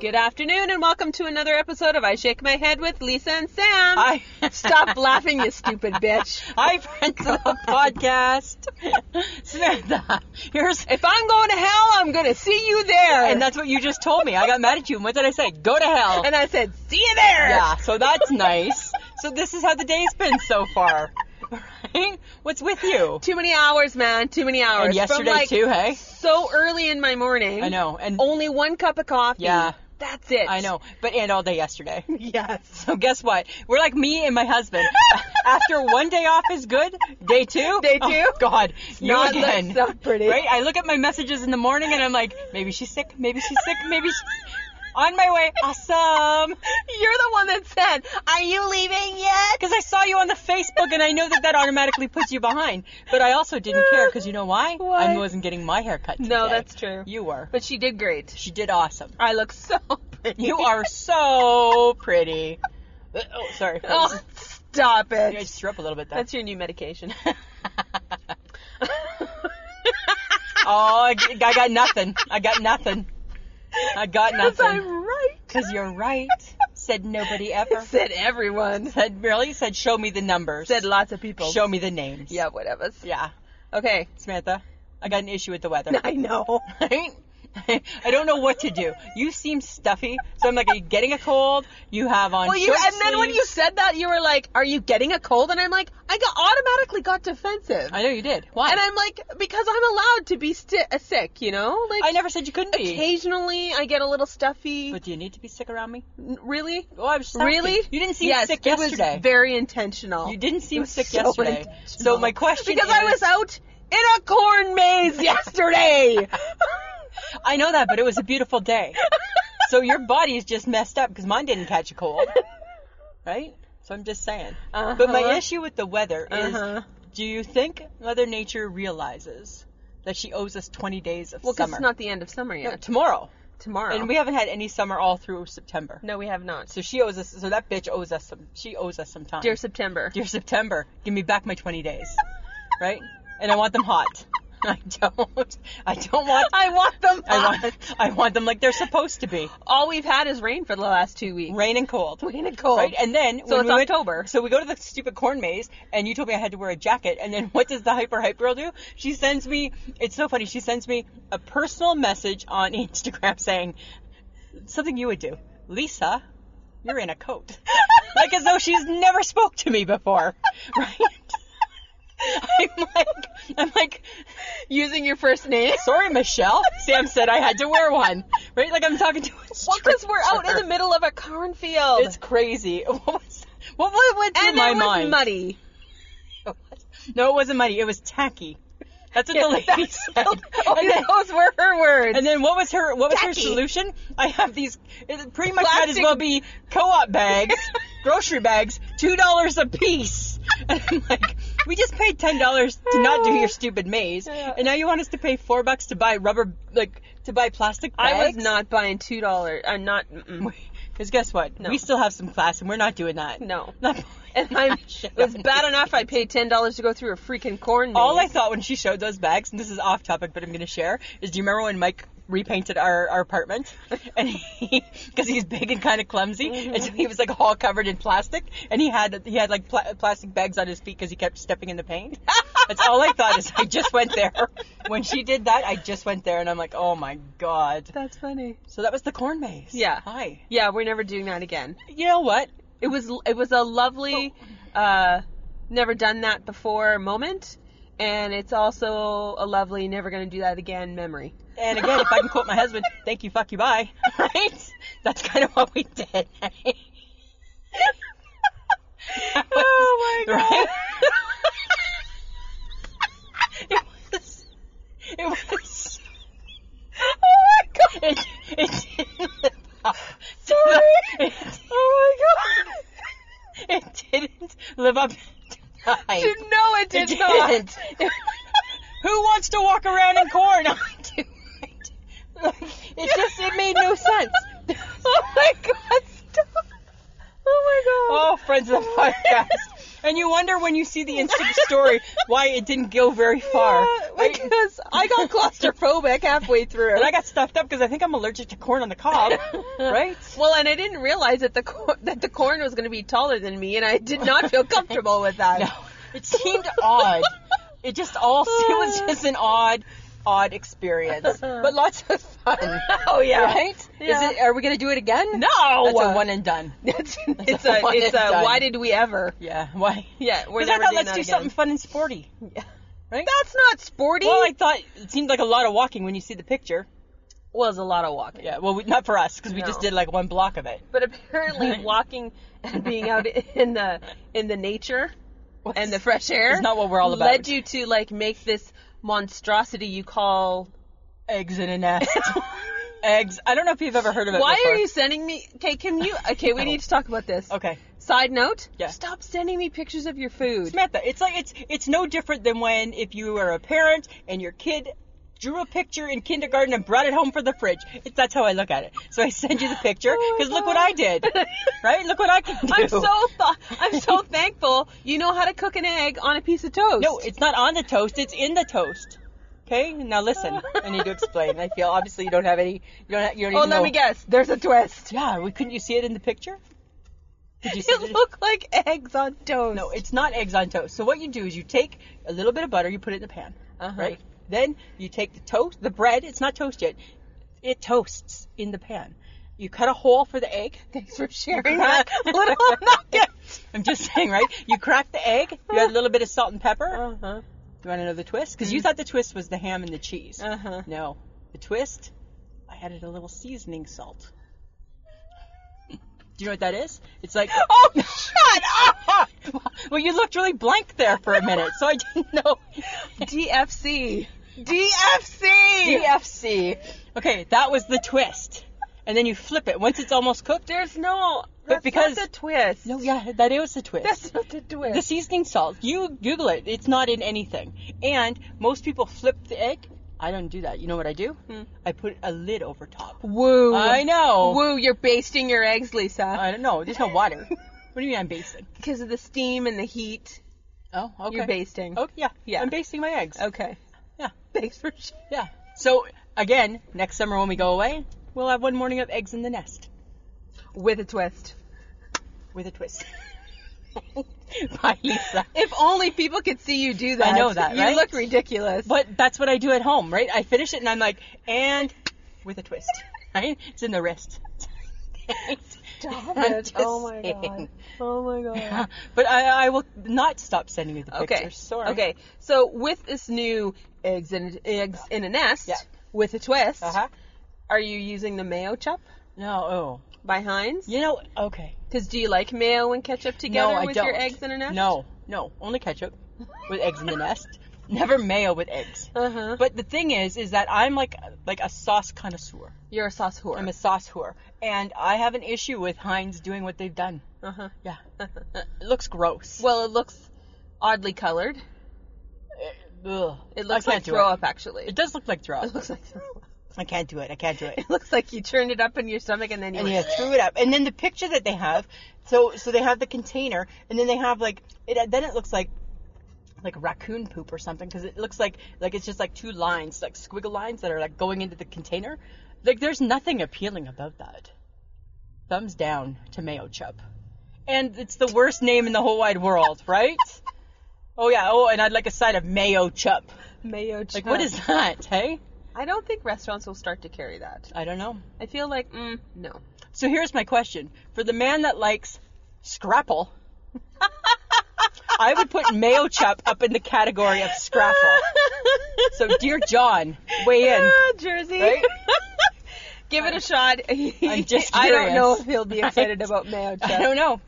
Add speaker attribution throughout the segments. Speaker 1: Good afternoon, and welcome to another episode of I Shake My Head with Lisa and Sam.
Speaker 2: I
Speaker 1: Stop laughing, you stupid bitch.
Speaker 2: Hi, friends of the podcast. Samantha, here's
Speaker 1: If I'm going to hell, I'm going to see you there.
Speaker 2: and that's what you just told me. I got mad at you. And what did I say? Go to hell.
Speaker 1: And I said, see you there.
Speaker 2: yeah, so that's nice. So this is how the day's been so far. Right? What's with you?
Speaker 1: Too many hours, man. Too many hours.
Speaker 2: And
Speaker 1: From,
Speaker 2: yesterday
Speaker 1: like,
Speaker 2: too, hey?
Speaker 1: So early in my morning.
Speaker 2: I know. And
Speaker 1: Only one cup of coffee.
Speaker 2: Yeah.
Speaker 1: That's it.
Speaker 2: I know. But and all day yesterday.
Speaker 1: Yes.
Speaker 2: So guess what? We're like me and my husband. After one day off is good, day two,
Speaker 1: Day two?
Speaker 2: oh, God, you
Speaker 1: Not
Speaker 2: again.
Speaker 1: look so pretty.
Speaker 2: Right? I look at my messages in the morning and I'm like, maybe she's sick, maybe she's sick, maybe she's on my way. Awesome.
Speaker 1: You're the one that said, are you leaving yet?
Speaker 2: Because I saw you on the Facebook and I know that that automatically puts you behind. But I also didn't care because you know why?
Speaker 1: Why?
Speaker 2: I wasn't getting my hair cut today.
Speaker 1: No, that's true.
Speaker 2: You were.
Speaker 1: But she did great.
Speaker 2: She did awesome.
Speaker 1: I look so pretty.
Speaker 2: You are so pretty. Oh, sorry.
Speaker 1: Oh, stop
Speaker 2: I
Speaker 1: it.
Speaker 2: just threw up a little bit there.
Speaker 1: That's your new medication.
Speaker 2: oh, I, g- I got nothing. I got nothing. I got
Speaker 1: Because
Speaker 2: nothing.
Speaker 1: I'm right.
Speaker 2: Because you're right. Said nobody ever.
Speaker 1: Said everyone.
Speaker 2: Said really? Said show me the numbers.
Speaker 1: Said lots of people.
Speaker 2: show me the names.
Speaker 1: Yeah, whatever.
Speaker 2: Yeah.
Speaker 1: Okay.
Speaker 2: Samantha, I got an issue with the weather.
Speaker 1: I know.
Speaker 2: Right? I don't know what to do. You seem stuffy, so I'm like, are you getting a cold? You have on.
Speaker 1: Well, you
Speaker 2: short
Speaker 1: and then when you
Speaker 2: sleeves.
Speaker 1: said that, you were like, "Are you getting a cold?" And I'm like, I got automatically got defensive.
Speaker 2: I know you did. Why?
Speaker 1: and I'm like, because I'm allowed to be sti- uh, sick, you know? Like
Speaker 2: I never said you couldn't be.
Speaker 1: occasionally I get a little stuffy.
Speaker 2: But do you need to be sick around me?
Speaker 1: N- really?
Speaker 2: Oh, I'm stuffy.
Speaker 1: Really?
Speaker 2: You didn't seem
Speaker 1: yes,
Speaker 2: sick
Speaker 1: it was
Speaker 2: yesterday.
Speaker 1: very intentional.
Speaker 2: You didn't
Speaker 1: It
Speaker 2: seem
Speaker 1: was
Speaker 2: sick
Speaker 1: so
Speaker 2: yesterday.
Speaker 1: intentional.
Speaker 2: So my question
Speaker 1: because
Speaker 2: is,
Speaker 1: I was out in a corn maze yesterday.
Speaker 2: I know that, but it was a beautiful day. so your body is just messed up because mine didn't catch a cold, right? So I'm just saying. But my
Speaker 1: Uh-huh.
Speaker 2: issue with the weather is,
Speaker 1: Uh-huh.
Speaker 2: do you think Mother Nature realizes that she owes us 20 days of
Speaker 1: Well, because
Speaker 2: summer?
Speaker 1: it's not the end of summer
Speaker 2: No,
Speaker 1: yet.
Speaker 2: tomorrow,
Speaker 1: Tomorrow.
Speaker 2: and we haven't had any summer all through September.
Speaker 1: no, we have not.
Speaker 2: So she owes us. So that bitch owes us some. She owes us some time.
Speaker 1: Dear September.
Speaker 2: Dear September, give me back my 20 days, right? And I want them hot. I don't. I don't want.
Speaker 1: I want them.
Speaker 2: I
Speaker 1: hot.
Speaker 2: want, I want them like they're supposed to be.
Speaker 1: All we've had is rain for the last two weeks.
Speaker 2: Rain and cold.
Speaker 1: Rain and cold.
Speaker 2: Right? And then
Speaker 1: Oh. so
Speaker 2: when
Speaker 1: it's
Speaker 2: we went-
Speaker 1: October.
Speaker 2: so we go to the stupid corn maze and you told me I had to wear a jacket and then what does the hyper hype girl do? She sends me it's so funny, she sends me a personal message on Instagram saying something you would do. Lisa, you're in a coat. like as though she's never spoke to me before. Right? I'm like I'm like
Speaker 1: Using your first name.
Speaker 2: Sorry, Michelle. Sam said I had to wear one. Right? Like I'm talking to a
Speaker 1: Well, because we're out in
Speaker 2: stranger.
Speaker 1: the middle of a cornfield.
Speaker 2: It's crazy. What was what, what went through
Speaker 1: and
Speaker 2: my
Speaker 1: it was
Speaker 2: mind?
Speaker 1: muddy.
Speaker 2: No, it wasn't money. It was tacky. That's what
Speaker 1: Yeah,
Speaker 2: the lady
Speaker 1: that's-
Speaker 2: said.
Speaker 1: Oh,
Speaker 2: and, then,
Speaker 1: those were her words.
Speaker 2: and then what was her what was her
Speaker 1: Tacky.
Speaker 2: solution? I have these. It pretty much might as
Speaker 1: Plastic-
Speaker 2: well be co-op bags, grocery bags, two dollars a piece. And I'm like, we just paid ten dollars to not do your stupid maze,
Speaker 1: Yeah.
Speaker 2: and now you want us to pay four bucks to buy rubber like to buy plastic bags.
Speaker 1: I was not buying two dollars. I'm not. Mm-mm.
Speaker 2: Because guess what?
Speaker 1: No.
Speaker 2: We still have some class, and we're not doing that.
Speaker 1: No.
Speaker 2: Not-
Speaker 1: And I'm, it was bad enough I paid ten dollars to go through a freaking corn maze.
Speaker 2: All I thought when she showed those bags, and this is off topic, but I'm going to share, is do you remember when Mike repainted our, our apartment? And he, because he's big and kind of clumsy, and so he was like all covered in plastic, and he had he had like pla- plastic bags on his feet because he kept stepping in the paint. That's all I thought is I just went there. When she did that, I just went there, and I'm like, oh my god.
Speaker 1: That's funny.
Speaker 2: So that was the corn maze.
Speaker 1: Yeah.
Speaker 2: Hi.
Speaker 1: Yeah, we're never doing that again.
Speaker 2: You know what?
Speaker 1: It was it was a lovely,
Speaker 2: Oh.
Speaker 1: uh, never done that before moment, and it's also a lovely never gonna do that again memory.
Speaker 2: And again, if I can quote my husband, thank you, fuck you, bye. Right? That's kind of what we did.
Speaker 1: Oh my
Speaker 2: Right? it was. It was.
Speaker 1: Oh my god!
Speaker 2: It, it didn't live up.
Speaker 1: Sorry.
Speaker 2: It,
Speaker 1: Oh my god!
Speaker 2: it didn't live up. to the hype.
Speaker 1: You know it did
Speaker 2: It
Speaker 1: not.
Speaker 2: didn't. Who wants to walk around in corn? I do. I do. Like, It just it made no sense.
Speaker 1: Oh my god! Stop! Oh my god!
Speaker 2: Oh, friends of the podcast. And you wonder when you see the Instagram story why it didn't go very far.
Speaker 1: Yeah, because I I got claustrophobic halfway through.
Speaker 2: And I got stuffed up because I think I'm allergic to corn on the cob, right?
Speaker 1: Well, and I didn't realize that the cor- that the corn was going to be taller than me, and I did not feel comfortable with that.
Speaker 2: No, it seemed odd. It just all it was just an odd, odd experience, but lots of fun.
Speaker 1: Oh yeah.
Speaker 2: Right?
Speaker 1: Yeah.
Speaker 2: Is it? Are we gonna do it again?
Speaker 1: No.
Speaker 2: That's a one and done.
Speaker 1: it's a
Speaker 2: That's a one
Speaker 1: it's
Speaker 2: and
Speaker 1: a
Speaker 2: done.
Speaker 1: why did we ever?
Speaker 2: Yeah. Why?
Speaker 1: Yeah, we're
Speaker 2: Because I
Speaker 1: never
Speaker 2: thought
Speaker 1: doing
Speaker 2: let's
Speaker 1: that
Speaker 2: do
Speaker 1: again.
Speaker 2: something fun and sporty, right?
Speaker 1: That's not sporty.
Speaker 2: well, I thought it seemed like a lot of walking when you see the picture.
Speaker 1: well, it's a lot of walking.
Speaker 2: Yeah. Well, we, not for us because we
Speaker 1: No.
Speaker 2: just did like one block of it.
Speaker 1: But apparently, walking and being out in the in the nature and the fresh air
Speaker 2: It's not what we're all about.
Speaker 1: led you to like make this monstrosity you call.
Speaker 2: Eggs in a nest. Eggs. I don't know if you've ever heard of it.
Speaker 1: Why
Speaker 2: before.
Speaker 1: are you sending me? Okay, can you? Okay, we
Speaker 2: No.
Speaker 1: need to talk about this.
Speaker 2: Okay.
Speaker 1: Side note.
Speaker 2: Yeah.
Speaker 1: Stop sending me pictures of your food.
Speaker 2: Samantha, it's like it's it's no different than when if you were a parent and your kid drew a picture in kindergarten and brought it home for the fridge. It's, that's how I look at it. So I send you the picture
Speaker 1: Oh my
Speaker 2: because look
Speaker 1: God.
Speaker 2: what I did, right? Look what I can do.
Speaker 1: I'm so th- I'm so thankful. You know how to cook an egg on a piece of toast.
Speaker 2: no, it's not on the toast. It's in the toast. Okay, now listen. I need to explain. I feel obviously you don't have any. You don't. Have, you don't
Speaker 1: oh,
Speaker 2: even
Speaker 1: let
Speaker 2: know.
Speaker 1: me guess. There's a twist.
Speaker 2: Yeah, we couldn't. You see it in the picture? Did you see
Speaker 1: It looked like eggs on toast.
Speaker 2: No, it's not eggs on toast. So what you do is you take a little bit of butter, you put it in the pan,
Speaker 1: Uh-huh.
Speaker 2: right? Then you take the toast, the bread. It's not toast yet. It toasts in the pan. You cut a hole for the egg.
Speaker 1: Thanks for sharing that little nugget.
Speaker 2: I'm just saying, right? You crack the egg. You add a little bit of salt and pepper.
Speaker 1: Uh-huh.
Speaker 2: Do you want to know the twist? Because you
Speaker 1: Mm.
Speaker 2: thought the twist was the ham and the cheese.
Speaker 1: Uh-huh.
Speaker 2: No, the twist. I added a little seasoning salt. Do you know what that is? It's like
Speaker 1: Oh, shut up!
Speaker 2: well, you looked really blank there for a minute, so I didn't know.
Speaker 1: DFC. DFC.
Speaker 2: DFC. Okay, that was the twist. And then you flip it once it's almost cooked.
Speaker 1: There's no.
Speaker 2: But
Speaker 1: That's
Speaker 2: because-
Speaker 1: not the twist.
Speaker 2: No, yeah, that is the twist.
Speaker 1: That's not the twist.
Speaker 2: the seasoning salt. You Google it. It's not in anything. And most people flip the egg. I don't do that. You know what I do? I put a lid over top.
Speaker 1: Hmm. Woo.
Speaker 2: I know.
Speaker 1: Woo, you're basting your eggs, Lisa.
Speaker 2: I don't know. There's no water. what do you mean I'm basting?
Speaker 1: Because of the steam and the heat,
Speaker 2: Oh, okay.
Speaker 1: you're basting.
Speaker 2: Oh, yeah,
Speaker 1: Yeah.
Speaker 2: I'm basting my eggs.
Speaker 1: Okay.
Speaker 2: Yeah.
Speaker 1: Thanks for sharing.
Speaker 2: Yeah. So again, next summer when we go away, we'll have one morning of eggs in the nest
Speaker 1: With a twist.
Speaker 2: with a twist. Bye, Lisa.
Speaker 1: If only people could see you do that.
Speaker 2: I know that,
Speaker 1: You
Speaker 2: right?
Speaker 1: look ridiculous.
Speaker 2: But that's what I do at home, right? I finish it and I'm like, and with a twist, right? It's in the wrist.
Speaker 1: Stop
Speaker 2: I'm
Speaker 1: it.
Speaker 2: just
Speaker 1: Oh my god.
Speaker 2: saying.
Speaker 1: Oh my god.
Speaker 2: But I, I will not stop sending you the pictures.
Speaker 1: Okay.
Speaker 2: Sorry.
Speaker 1: Okay. So with this new eggs in eggs in a nest
Speaker 2: Yeah.
Speaker 1: with a twist,
Speaker 2: Uh huh.
Speaker 1: are you using the mayo chop
Speaker 2: No. Oh.
Speaker 1: by Heinz?
Speaker 2: You know. Okay.
Speaker 1: Because do you like mayo and ketchup together
Speaker 2: no, I
Speaker 1: with
Speaker 2: don't.
Speaker 1: your eggs in a nest?
Speaker 2: No. No. Only ketchup with eggs in the nest. Never mayo with eggs.
Speaker 1: Uh huh.
Speaker 2: But the thing is, is that I'm like like a sauce connoisseur.
Speaker 1: You're a sauce whore.
Speaker 2: I'm a sauce whore, and I have an issue with Heinz doing what they've done.
Speaker 1: Uh-huh.
Speaker 2: Yeah, it looks gross.
Speaker 1: Well, it looks oddly colored.
Speaker 2: Ugh.
Speaker 1: It looks like
Speaker 2: I can't do
Speaker 1: throw
Speaker 2: it.
Speaker 1: up, actually.
Speaker 2: It does look like throw
Speaker 1: It
Speaker 2: up.
Speaker 1: looks like throw up.
Speaker 2: I can't do it. I can't do it.
Speaker 1: It looks like you turned it up in your stomach and then you.
Speaker 2: And
Speaker 1: went,
Speaker 2: yeah, threw it up. And then the picture that they have, so so they have the container, and then they have like it. Then it looks like like raccoon poop or something because it looks like like it's just like two lines, like squiggle lines that are like going into the container. Like there's nothing appealing about that. Thumbs down to Mayo Chup. And it's the worst name in the whole wide world, right? oh yeah. Oh, and I'd like a side of Mayo Chup.
Speaker 1: mayo chop.
Speaker 2: Like what is that? Hey,
Speaker 1: I don't think restaurants will start to carry that.
Speaker 2: I don't know.
Speaker 1: I feel like, mm, no.
Speaker 2: So here's my question. For the man that likes Scrapple, I would put Mayo Chup up in the category of Scrapple. So, dear John, weigh in.
Speaker 1: Ah, Jersey.
Speaker 2: Right?
Speaker 1: Give it a shot.
Speaker 2: I'm just
Speaker 1: I don't know
Speaker 2: curious.
Speaker 1: if he'll be excited
Speaker 2: Right?
Speaker 1: about mayo
Speaker 2: I
Speaker 1: chop.
Speaker 2: don't know.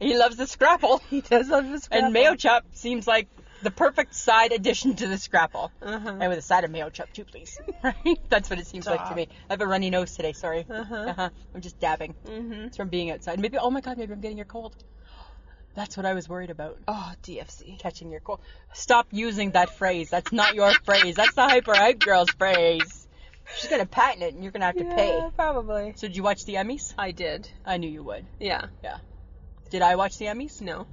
Speaker 2: He loves the Scrapple.
Speaker 1: He does love his
Speaker 2: And Mayo Chup seems like the perfect side addition to the Scrapple.
Speaker 1: Uh-huh.
Speaker 2: And with a side of Mayo Chup, too, please. Right? That's what it seems like to
Speaker 1: Stop.
Speaker 2: me. I have a runny nose today, sorry.
Speaker 1: Uh-huh.
Speaker 2: I'm just dabbing.
Speaker 1: Mm-hmm.
Speaker 2: It's from being outside. Maybe, oh my God, maybe I'm getting your cold. That's what I was worried about.
Speaker 1: Oh, DFC.
Speaker 2: catching your cold. Stop using that phrase. That's not your phrase. That's the hyper hype girl's phrase. She's gonna patent it, and you're gonna have to pay.
Speaker 1: Yeah, probably.
Speaker 2: So did you watch the Emmys?
Speaker 1: I did.
Speaker 2: I knew you would.
Speaker 1: Yeah.
Speaker 2: Did I watch the Emmys?
Speaker 1: No.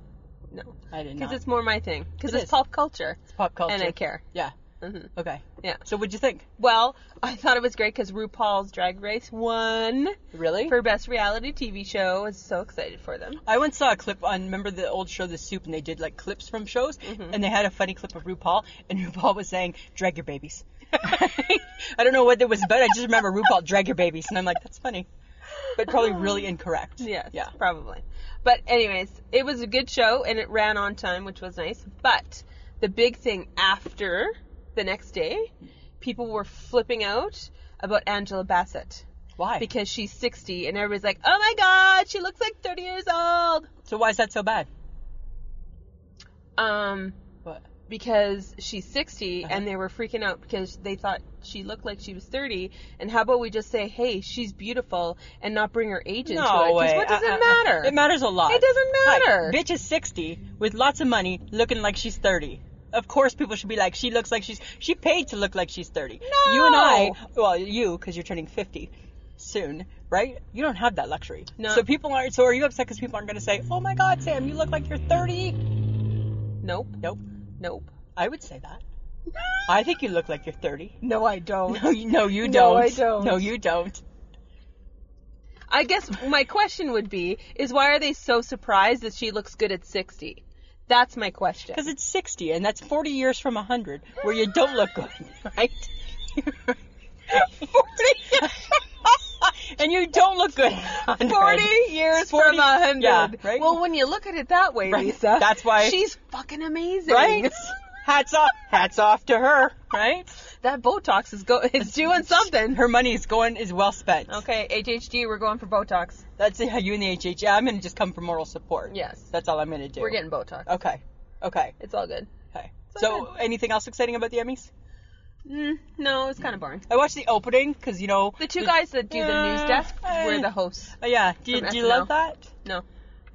Speaker 1: No.
Speaker 2: I didn't.
Speaker 1: Because
Speaker 2: Because
Speaker 1: it's more my thing. Because
Speaker 2: It
Speaker 1: it's
Speaker 2: is.
Speaker 1: pop culture,
Speaker 2: it's pop culture.
Speaker 1: and I care.
Speaker 2: Yeah.
Speaker 1: Mhm.
Speaker 2: Okay.
Speaker 1: Yeah.
Speaker 2: So what'd you think?
Speaker 1: Well, I thought it was great because RuPaul's Drag Race won
Speaker 2: Really?
Speaker 1: for best reality TV show. I was so excited for them.
Speaker 2: I once saw a clip on remember the old show The Soup and they did like clips from shows
Speaker 1: Mm-hmm.
Speaker 2: and they had a funny clip of RuPaul and RuPaul was saying drag your babies. I don't know what it was about. I just remember RuPaul drag your babies and I'm like that's funny. But probably really incorrect.
Speaker 1: Yes,
Speaker 2: Yeah.
Speaker 1: probably. But anyways, it was a good show and it ran on time, which was nice. But the big thing after the next day, people were flipping out about Angela Bassett
Speaker 2: Why?
Speaker 1: because she's 60 and everybody's like, "Oh my god, she looks like 30 years old."
Speaker 2: so why is that so bad?
Speaker 1: Um
Speaker 2: What?
Speaker 1: because she's 60
Speaker 2: Uh-huh.
Speaker 1: and they were freaking out because they thought she looked like she was 30 and how about we just say hey she's beautiful and not bring her age into it because what does
Speaker 2: Uh, uh, uh.
Speaker 1: it matter
Speaker 2: It matters a lot.
Speaker 1: It doesn't
Speaker 2: Hi,
Speaker 1: matter
Speaker 2: bitch is 60 with lots of money looking like she's 30. Of course, people should be like, she looks like she's. She paid to look like she's 30.
Speaker 1: No!
Speaker 2: You and I, well, you, because you're turning 50 soon, right? You don't have that luxury.
Speaker 1: No.
Speaker 2: So people aren't. So are you upset because people aren't going to say, oh my God, Sam, you look like you're 30?
Speaker 1: nope
Speaker 2: Nope.
Speaker 1: nope
Speaker 2: I would say that. I think you look like you're 30.
Speaker 1: no i don't
Speaker 2: No, you, no, you don't.
Speaker 1: No, I don't.
Speaker 2: No, you don't.
Speaker 1: i guess my question would be is why are they so surprised that she looks good at 60 that's my question
Speaker 2: Because it's 60, and that's 40 years from 100, where you don't look good, right? 40 And you don't look good. at 100.
Speaker 1: 40 years
Speaker 2: 40
Speaker 1: from 100
Speaker 2: yeah, right?
Speaker 1: well when you look at it that way
Speaker 2: Right.
Speaker 1: lisa
Speaker 2: That's why-
Speaker 1: she's fucking amazing
Speaker 2: Right? Hats off. Hats off to her, right?
Speaker 1: that botox is go it's doing something
Speaker 2: Her money is going is well spent.
Speaker 1: Okay, HHG, we're going for Botox.
Speaker 2: That's how you and the HH. Yeah, I'm gonna just come for moral support.
Speaker 1: Yes.
Speaker 2: That's all I'm gonna do.
Speaker 1: We're getting Botox.
Speaker 2: Okay. Okay.
Speaker 1: It's all good.
Speaker 2: Okay.
Speaker 1: It's all
Speaker 2: So, anything else exciting about the Emmys?
Speaker 1: Mm, no, it's kind of boring.
Speaker 2: I watched the opening because you know
Speaker 1: The two guys that do the news
Speaker 2: Yeah.
Speaker 1: desk were
Speaker 2: Eh.
Speaker 1: the hosts.
Speaker 2: Oh, yeah. Do you,
Speaker 1: from
Speaker 2: do you
Speaker 1: SNL.
Speaker 2: love that?
Speaker 1: No,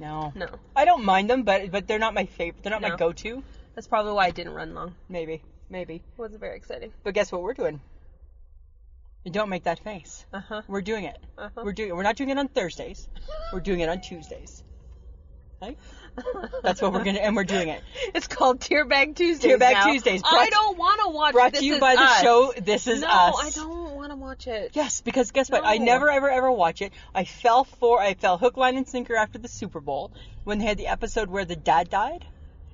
Speaker 2: No.
Speaker 1: no.
Speaker 2: I don't mind them, but but they're not my favorite. They're not
Speaker 1: No.
Speaker 2: my go-to.
Speaker 1: That's probably why it didn't run long.
Speaker 2: Maybe, maybe.
Speaker 1: It wasn't very exciting.
Speaker 2: But guess what we're doing? And don't make that face.
Speaker 1: Uh huh.
Speaker 2: We're doing it.
Speaker 1: Uh-huh.
Speaker 2: We're doing it. We're not doing it on Thursdays. We're doing it on Tuesdays. Right? That's what we're gonna and we're doing it.
Speaker 1: It's called Tearbag Tuesdays.
Speaker 2: Tearbag
Speaker 1: now.
Speaker 2: Tuesdays,
Speaker 1: I
Speaker 2: brought-
Speaker 1: don't want to watch.
Speaker 2: Brought
Speaker 1: This
Speaker 2: to you
Speaker 1: Is
Speaker 2: by the
Speaker 1: Us.
Speaker 2: show This Is
Speaker 1: no,
Speaker 2: Us.
Speaker 1: I don't want to watch it.
Speaker 2: Yes, because guess what? I
Speaker 1: No.
Speaker 2: never ever ever watch it. I fell for I fell hook, line, and sinker after the Super Bowl when they had the episode where the dad died.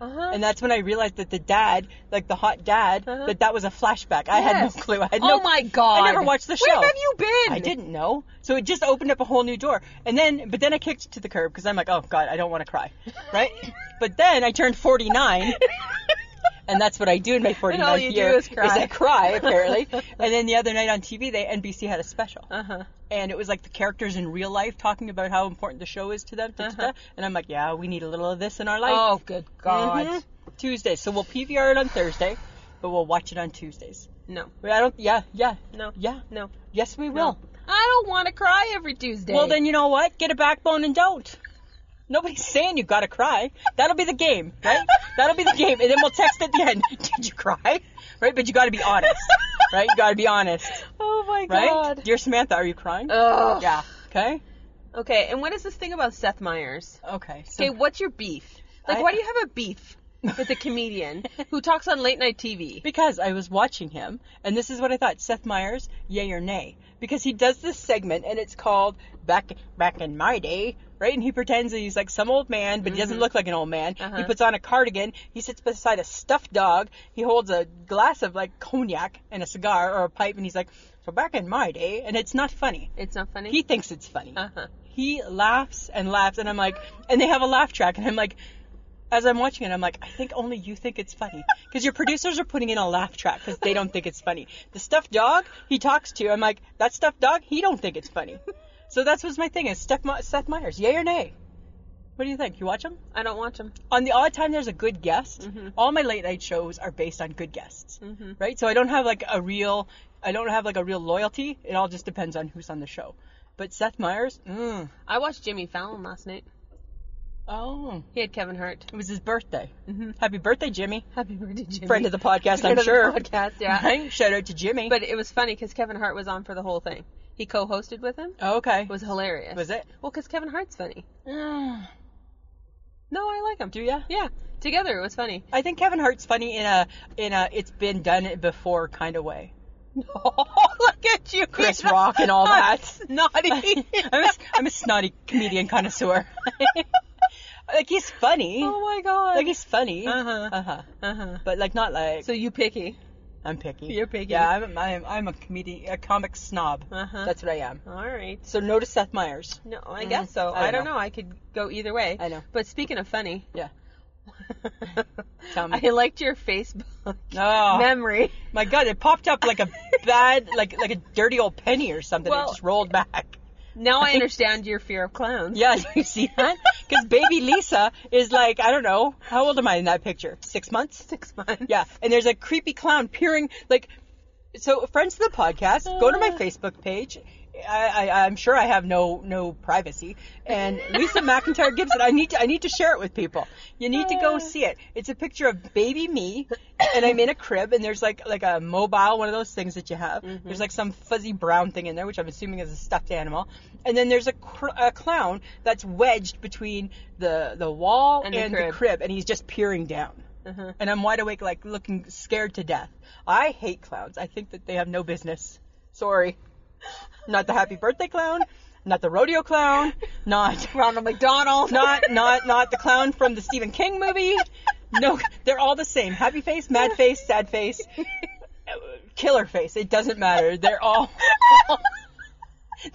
Speaker 1: Uh huh.
Speaker 2: And that's when I realized that the dad, like the hot dad,
Speaker 1: Uh-huh.
Speaker 2: that that was a flashback. I had no clue. I had no
Speaker 1: Oh my god!
Speaker 2: I never watched the show.
Speaker 1: Where have you been?
Speaker 2: I didn't know. So it just opened up a whole new door. And then, but then I kicked it to the curb because I'm like, oh God, I don't want to cry. Right? but then I turned 49. And that's what I do in my 49th
Speaker 1: all you do
Speaker 2: year
Speaker 1: is cry.
Speaker 2: I cry apparently. and then the other night on TV, they NBC had a special,
Speaker 1: Uh huh.
Speaker 2: and it was like the characters in real life talking about how important the show is to them. da, da, da. And I'm like, yeah, we need a little of this in our life.
Speaker 1: Uh-huh. Oh good god!
Speaker 2: Mhm. Tuesday. So we'll PVR it on Thursday, but we'll watch it on Tuesdays.
Speaker 1: No,
Speaker 2: But I don't. Yeah, yeah,
Speaker 1: no,
Speaker 2: yeah.
Speaker 1: no.
Speaker 2: Yes, we will.
Speaker 1: No. I don't want to cry every Tuesday.
Speaker 2: Well, then you know what? Get a backbone and don't. Nobody's saying you gotta cry. That'll be the game, right? That'll be the game, and then we'll text at the end. Did you cry? Right? But you gotta be honest, right? You gotta be honest,
Speaker 1: Oh my
Speaker 2: right?
Speaker 1: god.
Speaker 2: Dear Samantha, are you crying?
Speaker 1: Ugh.
Speaker 2: yeah. Okay.
Speaker 1: Okay, and what is this thing about Seth Meyers?
Speaker 2: Okay. So,
Speaker 1: Okay, what's your beef? Like,
Speaker 2: I-
Speaker 1: why do you have a beef with a comedian who talks on late night TV?
Speaker 2: Because I was watching him, and this is what I thought: Seth Meyers, yay or nay? Because he does this segment, and it's called "Back Back in My Day," right? And he pretends that he's like some old man, but he doesn't look like an old man.
Speaker 1: Uh-huh.
Speaker 2: He puts on a cardigan. He sits beside a stuffed dog. He holds a glass of like cognac and a cigar or a pipe, and he's like, "So back in my day," and it's not funny.
Speaker 1: It's not funny.
Speaker 2: He thinks it's funny.
Speaker 1: uh-huh.
Speaker 2: He laughs and laughs, and I'm like, and they have a laugh track, and I'm like, as I'm watching it, I'm like, I think only you think it's funny. Because your producers are putting in a laugh track because they don't think it's funny. The stuffed dog he talks to, I'm like, that stuffed dog, he don't think it's funny. So that's what's my thing is Steph My- Seth Meyers, yay or nay? What do you think? You watch him?
Speaker 1: I don't watch him.
Speaker 2: On the odd time there's a good guest.
Speaker 1: Mhm.
Speaker 2: All my late night shows are based on good guests,
Speaker 1: Mhm.
Speaker 2: right? So I don't have like a real, I don't have like a real loyalty. It all just depends on who's on the show. But Seth Meyers, mm,
Speaker 1: I watched Jimmy Fallon last night.
Speaker 2: oh,
Speaker 1: He had Kevin Hart.
Speaker 2: it was his birthday.
Speaker 1: Mm-hmm.
Speaker 2: Happy birthday, Jimmy.
Speaker 1: Happy birthday, Jimmy.
Speaker 2: Friend of the podcast,
Speaker 1: Friend
Speaker 2: I'm
Speaker 1: of the
Speaker 2: sure.
Speaker 1: podcast, yeah.
Speaker 2: Right? Shout out to Jimmy.
Speaker 1: But it was funny because Kevin Hart was on for the whole thing. He co-hosted with him.
Speaker 2: okay.
Speaker 1: It was hilarious.
Speaker 2: Was it?
Speaker 1: Well, because Kevin Hart's funny.
Speaker 2: Mm.
Speaker 1: No, I like them.
Speaker 2: Do ya?
Speaker 1: Yeah, together it was funny.
Speaker 2: I think Kevin Hart's funny in a in a it's been done before kind of way.
Speaker 1: Look at you,
Speaker 2: Chris
Speaker 1: being
Speaker 2: Rock and all that.
Speaker 1: Naughty.
Speaker 2: I'm, a, I'm a snotty comedian connoisseur. like he's funny.
Speaker 1: oh my god.
Speaker 2: Like he's funny.
Speaker 1: Uh-huh.
Speaker 2: Uh-huh.
Speaker 1: uh-huh.
Speaker 2: But like not like
Speaker 1: So you picky.
Speaker 2: I'm picky.
Speaker 1: You're picky.
Speaker 2: Yeah, I'm I'm, I'm a comedian, a comic snob.
Speaker 1: Uh-huh.
Speaker 2: That's what I am.
Speaker 1: All right.
Speaker 2: So no to Seth Meyers.
Speaker 1: No, I
Speaker 2: Mm,
Speaker 1: guess so.
Speaker 2: I
Speaker 1: I,
Speaker 2: don't
Speaker 1: don't know. I could go either way.
Speaker 2: I know.
Speaker 1: But speaking of funny,
Speaker 2: Yeah. Tell me.
Speaker 1: I liked your Facebook
Speaker 2: Oh
Speaker 1: memory.
Speaker 2: my god, it popped up like a bad, like like a dirty old penny or something.
Speaker 1: Well-
Speaker 2: it just rolled back.
Speaker 1: Now I understand your fear of clowns.
Speaker 2: Yeah, do you see that? Because baby Lisa is like I don't know how old am I in that picture? Six months.
Speaker 1: Six months.
Speaker 2: Yeah, and there's a creepy clown peering like. So friends of the podcast, go to my
Speaker 1: Uh.
Speaker 2: Facebook page. I, I, I'm sure I have no no privacy. And Lisa McIntyre Gibson, I need to I need to share it with people. You need to go
Speaker 1: Uh.
Speaker 2: see it. It's a picture of baby me, and I'm in a crib, and there's like like a mobile one of those things that you have.
Speaker 1: Mm-hmm.
Speaker 2: There's like some fuzzy brown thing in there, which I'm assuming is a stuffed animal. And then there's a, cr- a clown that's wedged between the the wall
Speaker 1: And
Speaker 2: and,
Speaker 1: the
Speaker 2: the
Speaker 1: crib.
Speaker 2: crib, and he's just peering down
Speaker 1: Uh-huh.
Speaker 2: and I'm wide awake, like looking scared to death. I hate clowns. I think that they have no business. Sorry, not the happy birthday clown, not the rodeo clown, not
Speaker 1: Ronald McDonald.
Speaker 2: not not not the clown from the Stephen King movie. No, they're all the same. Happy face, mad face, sad face, killer face. It doesn't matter. They're all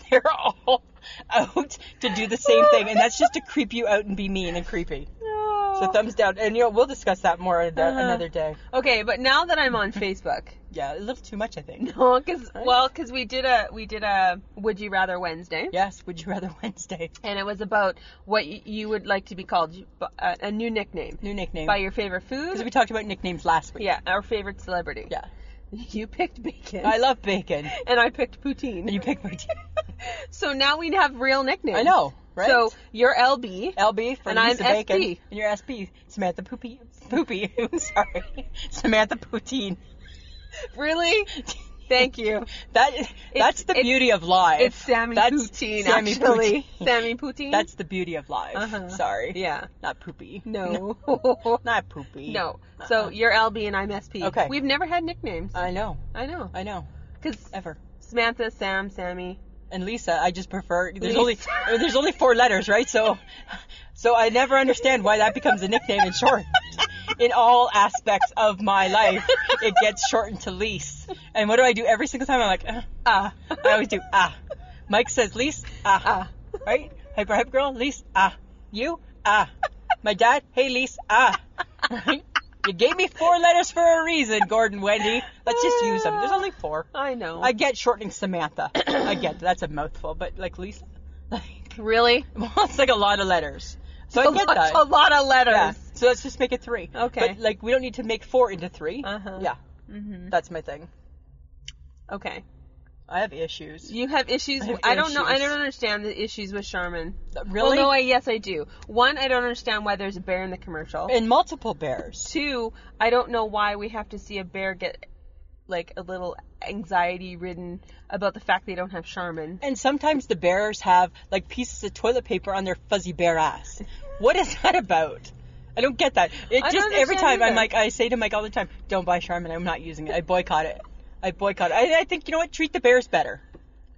Speaker 2: they're all out to do the same thing, and that's just to creep you out and be mean and creepy.
Speaker 1: No.
Speaker 2: So thumbs down, and you know we'll discuss that more at
Speaker 1: Oh. Uh-huh.
Speaker 2: another day.
Speaker 1: okay, but now that I'm on Facebook,
Speaker 2: Yeah, a little too much, I think.
Speaker 1: no, because well, because we did a we did a Would You Rather Wednesday,
Speaker 2: Yes, would you rather Wednesday?
Speaker 1: and it was about what y- you would like to be called, you- bu- a, a new nickname
Speaker 2: New nickname.
Speaker 1: by your favorite
Speaker 2: Because we
Speaker 1: food.
Speaker 2: talked about nicknames last week.
Speaker 1: Yeah, our favorite celebrity.
Speaker 2: Yeah.
Speaker 1: You picked bacon.
Speaker 2: I love bacon.
Speaker 1: and I picked poutine.
Speaker 2: And you pick my
Speaker 1: so now we have real nicknames.
Speaker 2: I know, right?
Speaker 1: So you're LB.
Speaker 2: LB for
Speaker 1: And I'm
Speaker 2: Lisa Bacon.
Speaker 1: SB.
Speaker 2: And you're SP. Samantha Poopy. Poopy. Sorry. Samantha Poutine.
Speaker 1: Really? Thank you.
Speaker 2: That, that's the
Speaker 1: it's-
Speaker 2: beauty of life.
Speaker 1: It's Sammy
Speaker 2: That's
Speaker 1: Poutine,
Speaker 2: Sammy
Speaker 1: actually.
Speaker 2: Poutine.
Speaker 1: Sammy Poutine.
Speaker 2: That's the beauty of life.
Speaker 1: Uh-huh.
Speaker 2: Sorry.
Speaker 1: yeah.
Speaker 2: Not poopy.
Speaker 1: No.
Speaker 2: Not poopy.
Speaker 1: no. So you're LB and I'm SP.
Speaker 2: Uh-uh. Okay.
Speaker 1: We've never had nicknames.
Speaker 2: I know.
Speaker 1: I know.
Speaker 2: I know.
Speaker 1: Because
Speaker 2: Ever.
Speaker 1: Samantha, Sam, Sammy.
Speaker 2: and Lisa, I just prefer. There's
Speaker 1: Lisa.
Speaker 2: only there's only four letters, right? So, so I never understand why that becomes a nickname in short. In all aspects of my life, it gets shortened to Lise. And what do I do every single time? I'm like, uh,
Speaker 1: Ah.
Speaker 2: I always do ah. Mike says Lise, ah,
Speaker 1: Ah.
Speaker 2: right? Hyper hype girl, Lise, ah. You, ah. My dad, hey Lise, ah. Right? You gave me four letters for a reason, Gordon Wendy. Let's just use them. There's only four.
Speaker 1: I know.
Speaker 2: I get shortening Samantha. I get that's a mouthful, but like Lisa, like
Speaker 1: really?
Speaker 2: well, it's like a lot of letters. So
Speaker 1: A
Speaker 2: I get
Speaker 1: lot,
Speaker 2: that.
Speaker 1: a lot of
Speaker 2: Yeah.
Speaker 1: letters.
Speaker 2: So let's just make it three.
Speaker 1: Okay.
Speaker 2: But like we don't need to make four into 3
Speaker 1: Uh-huh.
Speaker 2: Yeah,
Speaker 1: hmm
Speaker 2: that's my thing.
Speaker 1: Okay.
Speaker 2: I have issues.
Speaker 1: You have issues.
Speaker 2: I
Speaker 1: I,
Speaker 2: have
Speaker 1: don't know. I
Speaker 2: issues.
Speaker 1: don't understand the issues with Charmin.
Speaker 2: Really?
Speaker 1: Well, no, I, yes, I do. One, I don't understand why there's a bear in the commercial.
Speaker 2: and multiple bears.
Speaker 1: Two, I don't know why we have to see a bear get like a little anxiety ridden about the fact they don't have Charmin.
Speaker 2: And sometimes the bears have like pieces of toilet paper on their fuzzy bear ass. What is that about? I don't get that. It
Speaker 1: I don't
Speaker 2: just every
Speaker 1: understand
Speaker 2: time I'm
Speaker 1: either.
Speaker 2: like I say to Mike all the time, "Don't buy Charmin. I'm not using it. I boycott it. I boycott it." I, I think you know what? Treat the bears better.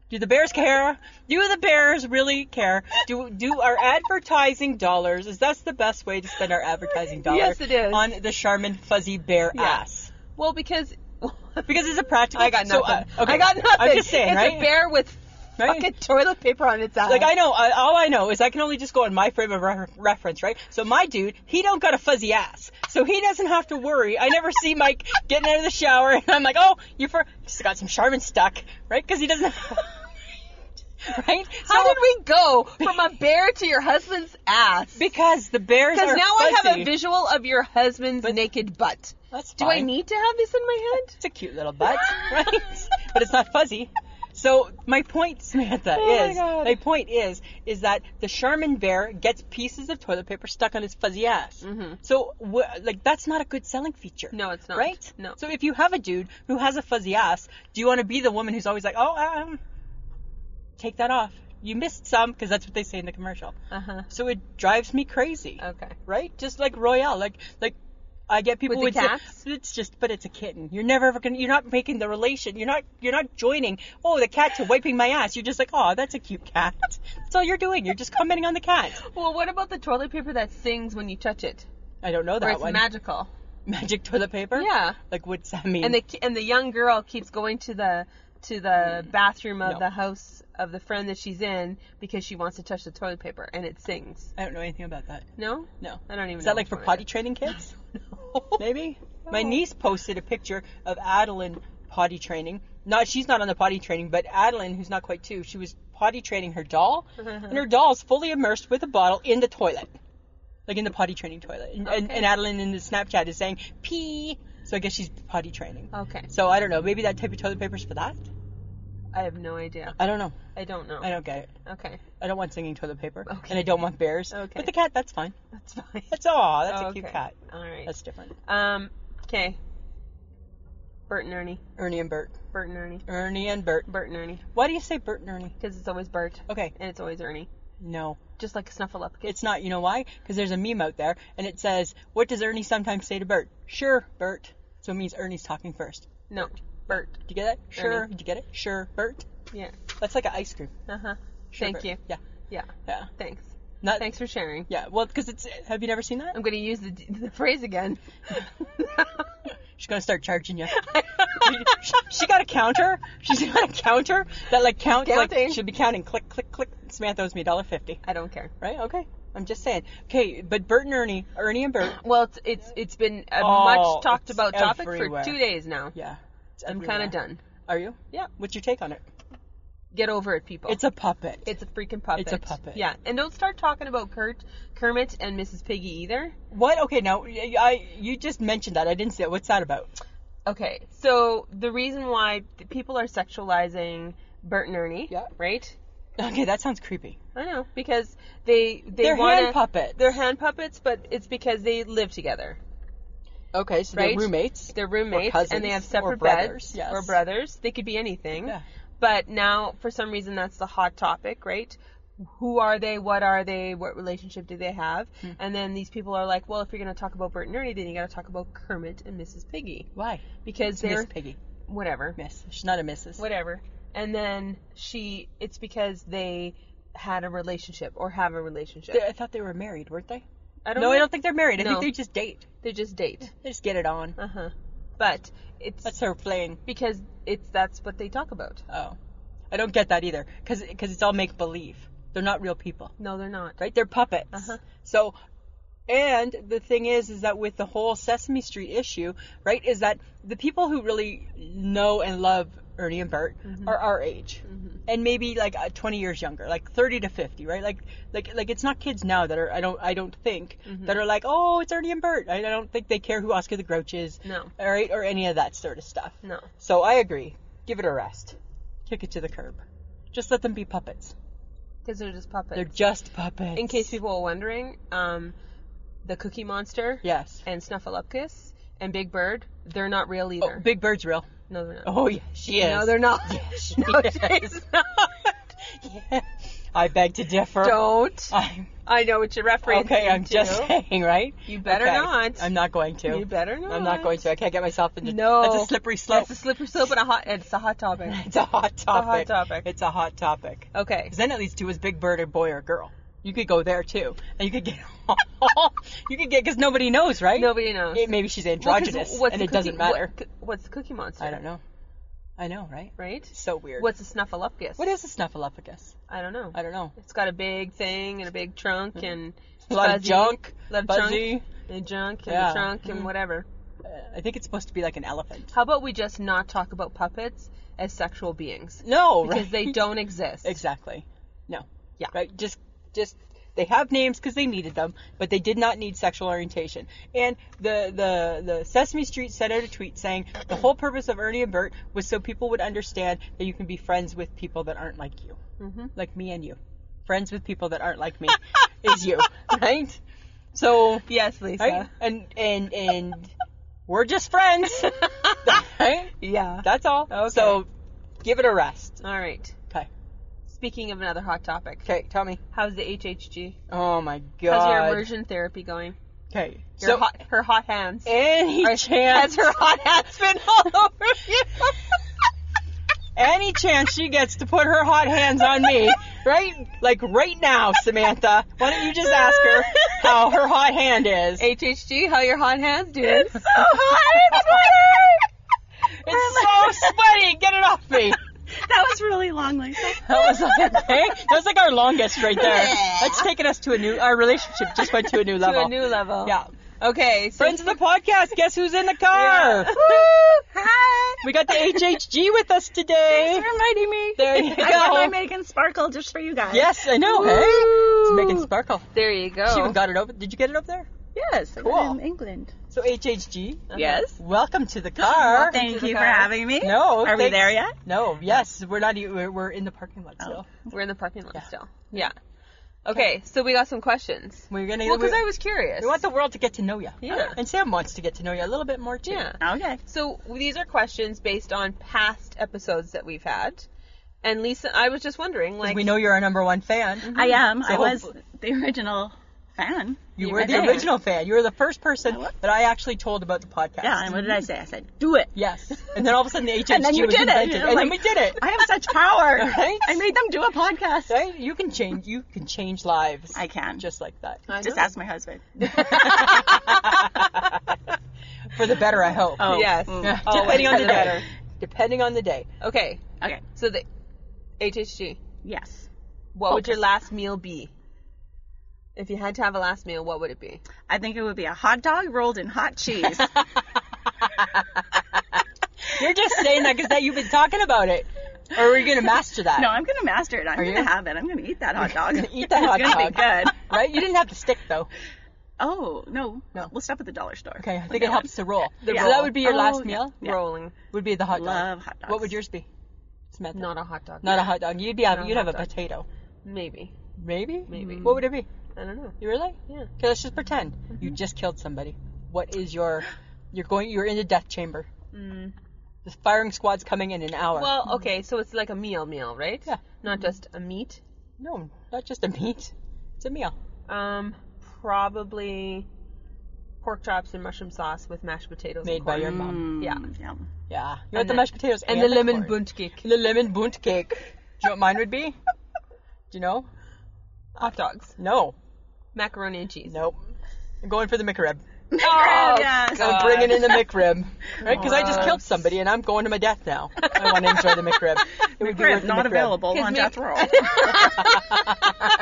Speaker 2: Do the bears care? Do the bears really care? Do do our advertising dollars? Is that's the best way to spend our advertising dollars?
Speaker 1: Yes, it is.
Speaker 2: On the Charmin fuzzy bear
Speaker 1: Yeah.
Speaker 2: ass.
Speaker 1: Well, because
Speaker 2: Because it's a practical.
Speaker 1: I got
Speaker 2: so,
Speaker 1: nothing.
Speaker 2: uh, okay.
Speaker 1: I got nothing.
Speaker 2: I'm just saying,
Speaker 1: it's
Speaker 2: right?
Speaker 1: a bear with
Speaker 2: Right?
Speaker 1: fucking toilet paper on its ass.
Speaker 2: Like I know, I, all I know is I can only just go on my frame of re- reference, right? So my dude, he don't got a fuzzy ass, so he doesn't have to worry. I never see Mike getting out of the shower, and I'm like, oh, you for he's got some Charmin stuck, right? Because he doesn't. right?
Speaker 1: How
Speaker 2: So-
Speaker 1: did we go from a bear to your husband's ass?
Speaker 2: Because the bears
Speaker 1: Because
Speaker 2: are
Speaker 1: now I have
Speaker 2: fuzzy.
Speaker 1: a visual of your husband's naked butt.
Speaker 2: That's
Speaker 1: Do I
Speaker 2: fine.
Speaker 1: need to have this in my head?
Speaker 2: It's a cute little butt, right? but it's not fuzzy. So my point, Samantha,
Speaker 1: Oh my
Speaker 2: is
Speaker 1: God.
Speaker 2: my point is is that the Charmin bear gets pieces of toilet paper stuck on his fuzzy ass.
Speaker 1: Mhm.
Speaker 2: So wh- like that's not a good selling feature.
Speaker 1: No, it's not.
Speaker 2: Right?
Speaker 1: No.
Speaker 2: So if you have a dude who has a fuzzy ass, do you want to be the woman who's always like, oh, um, take that off, you missed some because that's what they say in the commercial.
Speaker 1: Uh huh.
Speaker 2: So it drives me crazy.
Speaker 1: Okay.
Speaker 2: right? Just like Royale, like like I get people
Speaker 1: With the
Speaker 2: would
Speaker 1: cats?
Speaker 2: Say, it's just, but it's a kitten. You're never ever gonna. You're not making the relation. You're not. You're not joining. Oh, the cat's wiping my ass. You're just like, oh, that's a cute cat. That's all you're doing. You're just commenting on the cat.
Speaker 1: Well, what about the toilet paper that sings when you touch it?
Speaker 2: I don't know
Speaker 1: Where
Speaker 2: that
Speaker 1: it's
Speaker 2: one.
Speaker 1: magical.
Speaker 2: Magic toilet paper.
Speaker 1: Yeah.
Speaker 2: Like what's that mean?
Speaker 1: And the ki- and the young girl keeps going to the to the bathroom of
Speaker 2: Mm. No.
Speaker 1: the house of the friend that she's in because she wants to touch the toilet paper and it sings.
Speaker 2: I don't know anything about that.
Speaker 1: No?
Speaker 2: No.
Speaker 1: I don't even
Speaker 2: Is
Speaker 1: know
Speaker 2: that like
Speaker 1: which
Speaker 2: for
Speaker 1: one it
Speaker 2: potty
Speaker 1: is.
Speaker 2: training kids?
Speaker 1: No.
Speaker 2: Maybe. My
Speaker 1: No.
Speaker 2: niece posted a picture of Adeline potty training. Not she's not on the potty training, but Adeline, who's not quite two, she was potty training her doll,
Speaker 1: Uh-huh.
Speaker 2: and her doll's fully immersed with a bottle in the toilet, like in the potty training toilet. And, and,
Speaker 1: Okay.
Speaker 2: and Adeline in the Snapchat is saying pee, so I guess she's potty training.
Speaker 1: Okay.
Speaker 2: So I don't know. Maybe that type of toilet paper's for that.
Speaker 1: I have no idea.
Speaker 2: I don't know.
Speaker 1: I don't know.
Speaker 2: I don't get it.
Speaker 1: Okay.
Speaker 2: I don't want singing toilet paper,
Speaker 1: Okay.
Speaker 2: and I don't want bears.
Speaker 1: Okay.
Speaker 2: But the cat, that's fine.
Speaker 1: That's fine.
Speaker 2: That's all. That's a cute
Speaker 1: Okay.
Speaker 2: cat.
Speaker 1: All right.
Speaker 2: That's different.
Speaker 1: Um, okay. Bert and Ernie.
Speaker 2: Ernie and Bert.
Speaker 1: Bert and Ernie.
Speaker 2: Ernie and Bert.
Speaker 1: Bert and Ernie.
Speaker 2: Why do you say Bert and Ernie?
Speaker 1: Because it's always Bert
Speaker 2: Okay,
Speaker 1: and it's always Ernie.
Speaker 2: no,
Speaker 1: Just like Snuffleupagus.
Speaker 2: it's not. You know why? Because there's a meme out there, and it says, "What does Ernie sometimes say to Bert?" Sure, Bert. So it means Ernie's talking first.
Speaker 1: No. Bert.
Speaker 2: Do you get that? Sure.
Speaker 1: Ernie.
Speaker 2: Do you get it? Sure, Bert.
Speaker 1: Yeah.
Speaker 2: That's like an ice cream.
Speaker 1: Uh huh.
Speaker 2: Sure,
Speaker 1: Thank
Speaker 2: Bert.
Speaker 1: you.
Speaker 2: Yeah,
Speaker 1: Yeah.
Speaker 2: yeah.
Speaker 1: Thanks.
Speaker 2: Not.
Speaker 1: Thanks Um. for sharing.
Speaker 2: Yeah. Well, because it's. Have you never seen that?
Speaker 1: I'm going to use the, the phrase again.
Speaker 2: She's gonna start charging you. she, she got a counter. She's got a counter that like counts.
Speaker 1: Counting.
Speaker 2: Like, she'll be counting. Click, click, click. Samantha owes me a dollar fifty.
Speaker 1: I don't care.
Speaker 2: Right? Okay. I'm just saying. Okay, but Bert and Ernie, Ernie and Bert.
Speaker 1: Well, it's it's it's been a
Speaker 2: Oh,
Speaker 1: much talked
Speaker 2: it's
Speaker 1: about topic
Speaker 2: everywhere.
Speaker 1: for two days now.
Speaker 2: Yeah. It's
Speaker 1: I'm
Speaker 2: everywhere.
Speaker 1: kind of done.
Speaker 2: Are you?
Speaker 1: Yeah.
Speaker 2: What's your take on it?
Speaker 1: Get over it, people.
Speaker 2: It's a puppet.
Speaker 1: It's a freaking puppet.
Speaker 2: It's a puppet.
Speaker 1: Yeah, and don't start talking about Kurt, Kermit, and Mrs. Piggy either.
Speaker 2: what? Okay, now y- I you just mentioned that. I didn't see it. What's that about?
Speaker 1: Okay, so the reason why the people are sexualizing Bert and Ernie,
Speaker 2: Yeah.
Speaker 1: right?
Speaker 2: Okay, that sounds creepy.
Speaker 1: I know because they they
Speaker 2: They are
Speaker 1: wanna,
Speaker 2: hand puppets.
Speaker 1: They're hand puppets, but it's because they live together.
Speaker 2: okay, so
Speaker 1: right?
Speaker 2: they're roommates.
Speaker 1: They're roommates, and they
Speaker 2: cousins,
Speaker 1: have
Speaker 2: or
Speaker 1: separate
Speaker 2: brothers,
Speaker 1: beds
Speaker 2: yes.
Speaker 1: or brothers. They could be anything.
Speaker 2: Yeah.
Speaker 1: But now, for some reason, that's the hot topic, right? Who are they? What are they? What relationship do they have?
Speaker 2: Hmm.
Speaker 1: And then these people are like, well, if you're going to talk about Bert and Ernie, then you got to talk about Kermit and Mrs. Piggy
Speaker 2: Why?
Speaker 1: because
Speaker 2: It's
Speaker 1: they're
Speaker 2: Miss Piggy.
Speaker 1: whatever,
Speaker 2: Miss. She's not a Mrs.
Speaker 1: whatever. And then she, it's because they had a relationship or have a relationship.
Speaker 2: They- I thought they were married, weren't they?
Speaker 1: I don't
Speaker 2: no,
Speaker 1: know.
Speaker 2: I don't think they're married. I
Speaker 1: No.
Speaker 2: think they just date.
Speaker 1: They just date.
Speaker 2: They just get it on.
Speaker 1: Uh huh. But it's
Speaker 2: That's her playing.
Speaker 1: because it's that's what they talk about.
Speaker 2: Oh, I don't get that either. Because it's all make believe. They're not real people.
Speaker 1: No, they're not.
Speaker 2: right? They're puppets.
Speaker 1: Uh-huh.
Speaker 2: So, and the thing is, is that with the whole Sesame Street issue, right, is that the people who really know and love Ernie and Bert
Speaker 1: Mm-hmm.
Speaker 2: are our age, and maybe like uh, 20 years younger, like 30 to 50, right? Like, like, like it's not kids now that are I don't I don't think
Speaker 1: Mm-hmm.
Speaker 2: that are like, oh, it's Ernie and Bert. I, I don't think they care who Oscar the Grouch is,
Speaker 1: No.
Speaker 2: all right, or any of that sort of stuff.
Speaker 1: No.
Speaker 2: So I agree. Give it a rest. Kick it to the curb. Just let them be puppets.
Speaker 1: Because they're just puppets.
Speaker 2: They're just puppets.
Speaker 1: In case people are wondering, um, the Cookie Monster
Speaker 2: Yes.
Speaker 1: and Snuffleupagus and Big Bird, they're not real
Speaker 2: Oh,
Speaker 1: either.
Speaker 2: Big Bird's real.
Speaker 1: no, they're not.
Speaker 2: Oh yeah, she is.
Speaker 1: No, they're not.
Speaker 2: she
Speaker 1: no,
Speaker 2: is.
Speaker 1: she's not.
Speaker 2: Yeah. I beg to differ.
Speaker 1: Don't.
Speaker 2: I'm,
Speaker 1: I know what you're referencing.
Speaker 2: okay, I'm
Speaker 1: to.
Speaker 2: just saying, right?
Speaker 1: You better
Speaker 2: Okay,
Speaker 1: not.
Speaker 2: I'm not going to.
Speaker 1: You better not.
Speaker 2: I'm not going to. I can't get myself into.
Speaker 1: No.
Speaker 2: That's a slippery slope.
Speaker 1: That's a slippery slope and a hot. It's a hot topic.
Speaker 2: It's a hot topic.
Speaker 1: topic.
Speaker 2: It's a hot topic.
Speaker 1: Okay.
Speaker 2: 'Cause then it leads to is Big Bird a boy or a girl? You could go there too, and you could get. you could get because nobody knows, right?
Speaker 1: Nobody knows.
Speaker 2: It- maybe she's
Speaker 1: Well, 'cause
Speaker 2: androgynous,
Speaker 1: what's
Speaker 2: and
Speaker 1: the
Speaker 2: it doesn't
Speaker 1: cookie- what
Speaker 2: matter.
Speaker 1: co- what's the Cookie Monster?
Speaker 2: I don't know. I know, right?
Speaker 1: Right?
Speaker 2: So weird.
Speaker 1: What's a Snuffleupagus?
Speaker 2: What is a snuffleupagus?
Speaker 1: I don't know.
Speaker 2: I don't know.
Speaker 1: It's got a big thing and a big trunk and
Speaker 2: Mm-hmm. A lot of
Speaker 1: fuzzy-
Speaker 2: junk.
Speaker 1: a lot of
Speaker 2: fuzzy.
Speaker 1: junk and junk and
Speaker 2: Yeah.
Speaker 1: the trunk and
Speaker 2: Mhm.
Speaker 1: whatever.
Speaker 2: Uh, I think it's supposed to be like an elephant.
Speaker 1: How about we just not talk about puppets as sexual beings
Speaker 2: No,
Speaker 1: because
Speaker 2: right?
Speaker 1: they don't exist.
Speaker 2: exactly. No.
Speaker 1: Yeah.
Speaker 2: Right. Just, just they have names because they needed them, but they did not need sexual orientation. And the the the Sesame Street sent out a tweet saying the whole purpose of Ernie and Bert was so people would understand that you can be friends with people that aren't like you,
Speaker 1: Mhm.
Speaker 2: like me and you. Friends with people that aren't like me is you, right? So
Speaker 1: Yes, Lisa.
Speaker 2: right? and and and we're just friends, right?
Speaker 1: yeah.
Speaker 2: That's all.
Speaker 1: Okay.
Speaker 2: So give it a rest.
Speaker 1: All right.
Speaker 2: Okay.
Speaker 1: Speaking of another hot topic,
Speaker 2: Okay, tell me.
Speaker 1: how's the HHG?
Speaker 2: Oh my
Speaker 1: How's your
Speaker 2: god.
Speaker 1: immersion therapy going?
Speaker 2: Okay.
Speaker 1: Your
Speaker 2: So
Speaker 1: hot, her hot hands.
Speaker 2: any
Speaker 1: Are- Has
Speaker 2: chance
Speaker 1: her hot hands been all over you?
Speaker 2: any chance she gets to put her hot hands on me, right? Like right now, Samantha. Why don't you just ask her how her hot hand is?
Speaker 1: HHG, how your hot hands doing?
Speaker 2: It's so hot, It's so sweaty. Get it off me.
Speaker 3: That was really long, Lisa.
Speaker 2: That was like okay. That was like our longest right there. That's taken us to a new. Our relationship just went to a new level.
Speaker 1: To a new level.
Speaker 2: yeah.
Speaker 1: Okay. So
Speaker 2: Friends of the podcast. Guess who's in the car?
Speaker 1: Yeah.
Speaker 3: Hi.
Speaker 2: We got the HHG with us today.
Speaker 3: Thanks for reminding me.
Speaker 2: There you
Speaker 3: I got my
Speaker 2: go.
Speaker 3: Megan Sparkle just for you guys.
Speaker 2: Yes, I know. Hey, it's making sparkle.
Speaker 1: There you go.
Speaker 2: She even got it over. Did you get it up there?
Speaker 3: Yes.
Speaker 2: Cool.
Speaker 3: In England.
Speaker 2: So HHG,
Speaker 1: Uh-huh.
Speaker 3: Yes.
Speaker 2: welcome to the car.
Speaker 1: Welcome.
Speaker 3: Thank
Speaker 1: to the
Speaker 3: you for
Speaker 1: car.
Speaker 3: having me.
Speaker 2: No,
Speaker 3: Are we
Speaker 2: thanks.
Speaker 3: there yet?
Speaker 2: No, yes, we're not. e- We're, we're in the parking lot still.
Speaker 1: We're in the parking lot
Speaker 2: Yeah.
Speaker 1: still. Yeah. Okay, so we got some questions.
Speaker 2: We're gonna.
Speaker 1: Well,
Speaker 2: we,
Speaker 1: because I was curious.
Speaker 2: we want the world to get to know you.
Speaker 1: Yeah.
Speaker 2: And Sam wants to get to know you a little bit more too.
Speaker 1: yeah.
Speaker 3: Okay.
Speaker 1: So these are questions based on past episodes that we've had. And Lisa, I was just wondering,
Speaker 2: 'Cause
Speaker 1: like,
Speaker 2: we know you're our number one fan.
Speaker 3: I am.
Speaker 2: So
Speaker 3: I was
Speaker 2: hopefully-
Speaker 3: the original fan.
Speaker 2: You
Speaker 1: You
Speaker 2: were
Speaker 1: were
Speaker 2: the
Speaker 1: there.
Speaker 2: original fan. You were the first person
Speaker 3: I was.
Speaker 2: that I actually told about the podcast.
Speaker 3: Yeah. And what did I say? I said, do it.
Speaker 2: Yes. And then all of a sudden the HHG
Speaker 3: And then you
Speaker 2: was
Speaker 3: did it.
Speaker 2: invented.
Speaker 3: You're
Speaker 2: And then we
Speaker 3: like-
Speaker 2: did it.
Speaker 3: I have such power.
Speaker 2: Right?
Speaker 3: I made them do a podcast.
Speaker 2: Right? You can change. You can change lives.
Speaker 3: I can. Just,
Speaker 2: just like that.
Speaker 1: I
Speaker 3: just
Speaker 1: know.
Speaker 3: ask my husband.
Speaker 2: For the better, I hope.
Speaker 3: Oh.
Speaker 1: Yes.
Speaker 3: Mm.
Speaker 1: Always
Speaker 2: Depending on
Speaker 1: for
Speaker 2: the
Speaker 1: the
Speaker 2: day. Depending on the day.
Speaker 1: Okay,
Speaker 3: Okay.
Speaker 1: so the HHG.
Speaker 3: Yes.
Speaker 1: What would
Speaker 2: Oh.
Speaker 1: your
Speaker 3: Focus.
Speaker 1: last meal be? If you had to have a last meal, what would it be?
Speaker 3: I think it would be a hot dog rolled in hot cheese.
Speaker 2: You're just saying that because that you've been talking about it. Or are you gonna master that?
Speaker 3: No, I'm gonna master it. I'm
Speaker 2: Are
Speaker 3: gonna
Speaker 2: you?
Speaker 3: have it. I'm gonna eat that hot dog.
Speaker 2: You're gonna eat that hot
Speaker 3: it's gonna
Speaker 2: dog.
Speaker 3: be good.
Speaker 2: Right? You didn't have to stick though.
Speaker 3: Oh no,
Speaker 2: No.
Speaker 3: We'll stop at the dollar store.
Speaker 2: Okay, I
Speaker 3: We'll
Speaker 2: think
Speaker 3: get
Speaker 2: it
Speaker 3: one.
Speaker 2: helps to roll.
Speaker 1: Yeah.
Speaker 2: So that would be your
Speaker 3: Oh,
Speaker 2: last
Speaker 3: yeah.
Speaker 2: meal.
Speaker 3: Yeah.
Speaker 1: Rolling,
Speaker 2: Would be the hot
Speaker 3: Love
Speaker 2: dog.
Speaker 3: hot dogs.
Speaker 2: What would yours be? Samantha.
Speaker 1: not a hot dog.
Speaker 2: Not a hot dog. You'd be
Speaker 1: Not
Speaker 2: having,
Speaker 1: a
Speaker 2: you'd
Speaker 1: hot
Speaker 2: have a
Speaker 1: dog.
Speaker 2: potato.
Speaker 1: Maybe.
Speaker 2: Maybe?
Speaker 1: Maybe.
Speaker 2: What would it be?
Speaker 1: I don't know.
Speaker 2: You really?
Speaker 1: Yeah. Mm-hmm.
Speaker 2: Okay, let's just pretend you just killed somebody. What is your you're going you're in the death chamber.
Speaker 1: Mm.
Speaker 2: The firing squad's coming in an hour.
Speaker 1: Well, okay, so it's like a meal, meal, right?
Speaker 2: Yeah.
Speaker 1: Not just a meat.
Speaker 2: no, not just a meat. It's a meal.
Speaker 1: Um, probably pork chops and mushroom sauce with mashed potatoes.
Speaker 2: Made
Speaker 1: and
Speaker 2: by
Speaker 1: corn.
Speaker 2: your mom.
Speaker 3: Mm,
Speaker 1: Yeah.
Speaker 3: yum.
Speaker 2: Yeah. You want the
Speaker 1: the-
Speaker 2: mashed potatoes and,
Speaker 1: and the lemon
Speaker 2: corn.
Speaker 1: bunt cake.
Speaker 2: The lemon bunt cake. Do you know what mine would be? Do you know?
Speaker 1: Hot dogs,
Speaker 2: No.
Speaker 1: macaroni and cheese.
Speaker 2: Nope. I'm going for the McRib.
Speaker 1: Oh,
Speaker 3: Yes.
Speaker 1: God.
Speaker 2: I'm bringing in the McRib, right? Because I just
Speaker 1: Gross.
Speaker 2: killed somebody and I'm going to my death now. I want to enjoy the McRib. It would be worth
Speaker 3: Rib
Speaker 2: the
Speaker 3: not
Speaker 2: McRib.
Speaker 3: available on
Speaker 1: we-
Speaker 3: death row.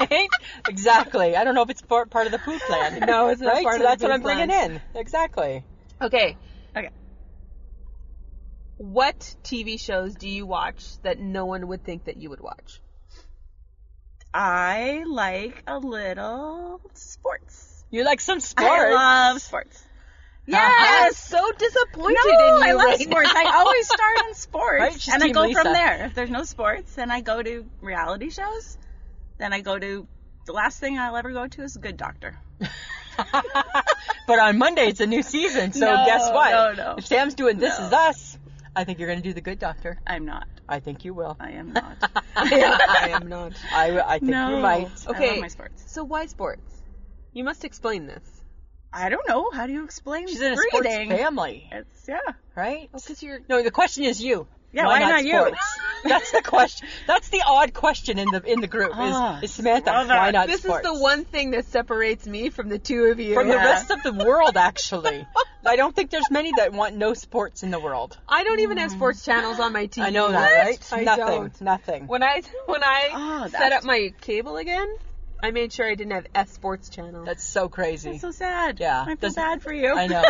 Speaker 2: Right? Exactly. I don't know if it's part, part of the food plan.
Speaker 1: No, it's not
Speaker 2: right?
Speaker 1: part
Speaker 2: so
Speaker 1: of the
Speaker 2: that's what
Speaker 1: food
Speaker 2: I'm bringing in. Exactly.
Speaker 1: Okay.
Speaker 3: Okay.
Speaker 1: What TV shows do you watch that no one would think that you would watch?
Speaker 3: I like a little sports.
Speaker 2: You like some sports.
Speaker 3: I love sports.
Speaker 1: I'm
Speaker 3: Yes.
Speaker 1: so disappointed
Speaker 3: No,
Speaker 1: in you
Speaker 3: I love
Speaker 1: right
Speaker 3: sports.
Speaker 1: now.
Speaker 3: I always start in sports,
Speaker 2: Right? She's
Speaker 3: and I
Speaker 2: Team
Speaker 3: go
Speaker 2: Lisa.
Speaker 3: from there. If there's no sports, then I go to reality shows. Then I go to the last thing I'll ever go to is Good Doctor.
Speaker 2: but on Monday it's a new season, so
Speaker 3: No,
Speaker 2: guess what?
Speaker 3: no, no.
Speaker 2: If Sam's doing This
Speaker 3: No.
Speaker 2: Is Us, I think you're going to do the good doctor.
Speaker 3: I'm not.
Speaker 2: I think you will.
Speaker 3: I am not.
Speaker 1: I am not.
Speaker 2: I, w- I think you might.
Speaker 1: Okay.
Speaker 3: I love my sports.
Speaker 1: So why sports? You must explain this.
Speaker 3: I don't know. How do you explain
Speaker 2: She's in a sports
Speaker 3: breathing?
Speaker 2: family,
Speaker 3: It's yeah.
Speaker 2: right?
Speaker 1: Because Oh, you're
Speaker 2: No, the question is you.
Speaker 3: Yeah, why not you?
Speaker 2: sports? That's the question. That's the odd question in the in the group. Is,
Speaker 3: Ah,
Speaker 2: is Samantha?
Speaker 3: love
Speaker 2: Why
Speaker 3: that.
Speaker 2: not
Speaker 1: this
Speaker 2: Uh, sports?
Speaker 1: is the one thing that separates me from the two of you.
Speaker 2: from the
Speaker 3: Yeah.
Speaker 2: rest of the world. Actually, I don't think there's many that want no sports in the world.
Speaker 1: I don't even have sports channels on my TV.
Speaker 2: I know that,
Speaker 1: What?
Speaker 2: right?
Speaker 1: I
Speaker 2: nothing.
Speaker 1: don't.
Speaker 2: Nothing.
Speaker 1: When I when I
Speaker 2: Ah,
Speaker 3: Oh,
Speaker 1: set
Speaker 3: that's-
Speaker 1: up my cable again, I made sure I didn't have a sports channel.
Speaker 2: That's so crazy.
Speaker 3: That's so sad.
Speaker 2: Yeah.
Speaker 3: I feel
Speaker 2: Doesn't-
Speaker 3: bad for you.
Speaker 2: I know,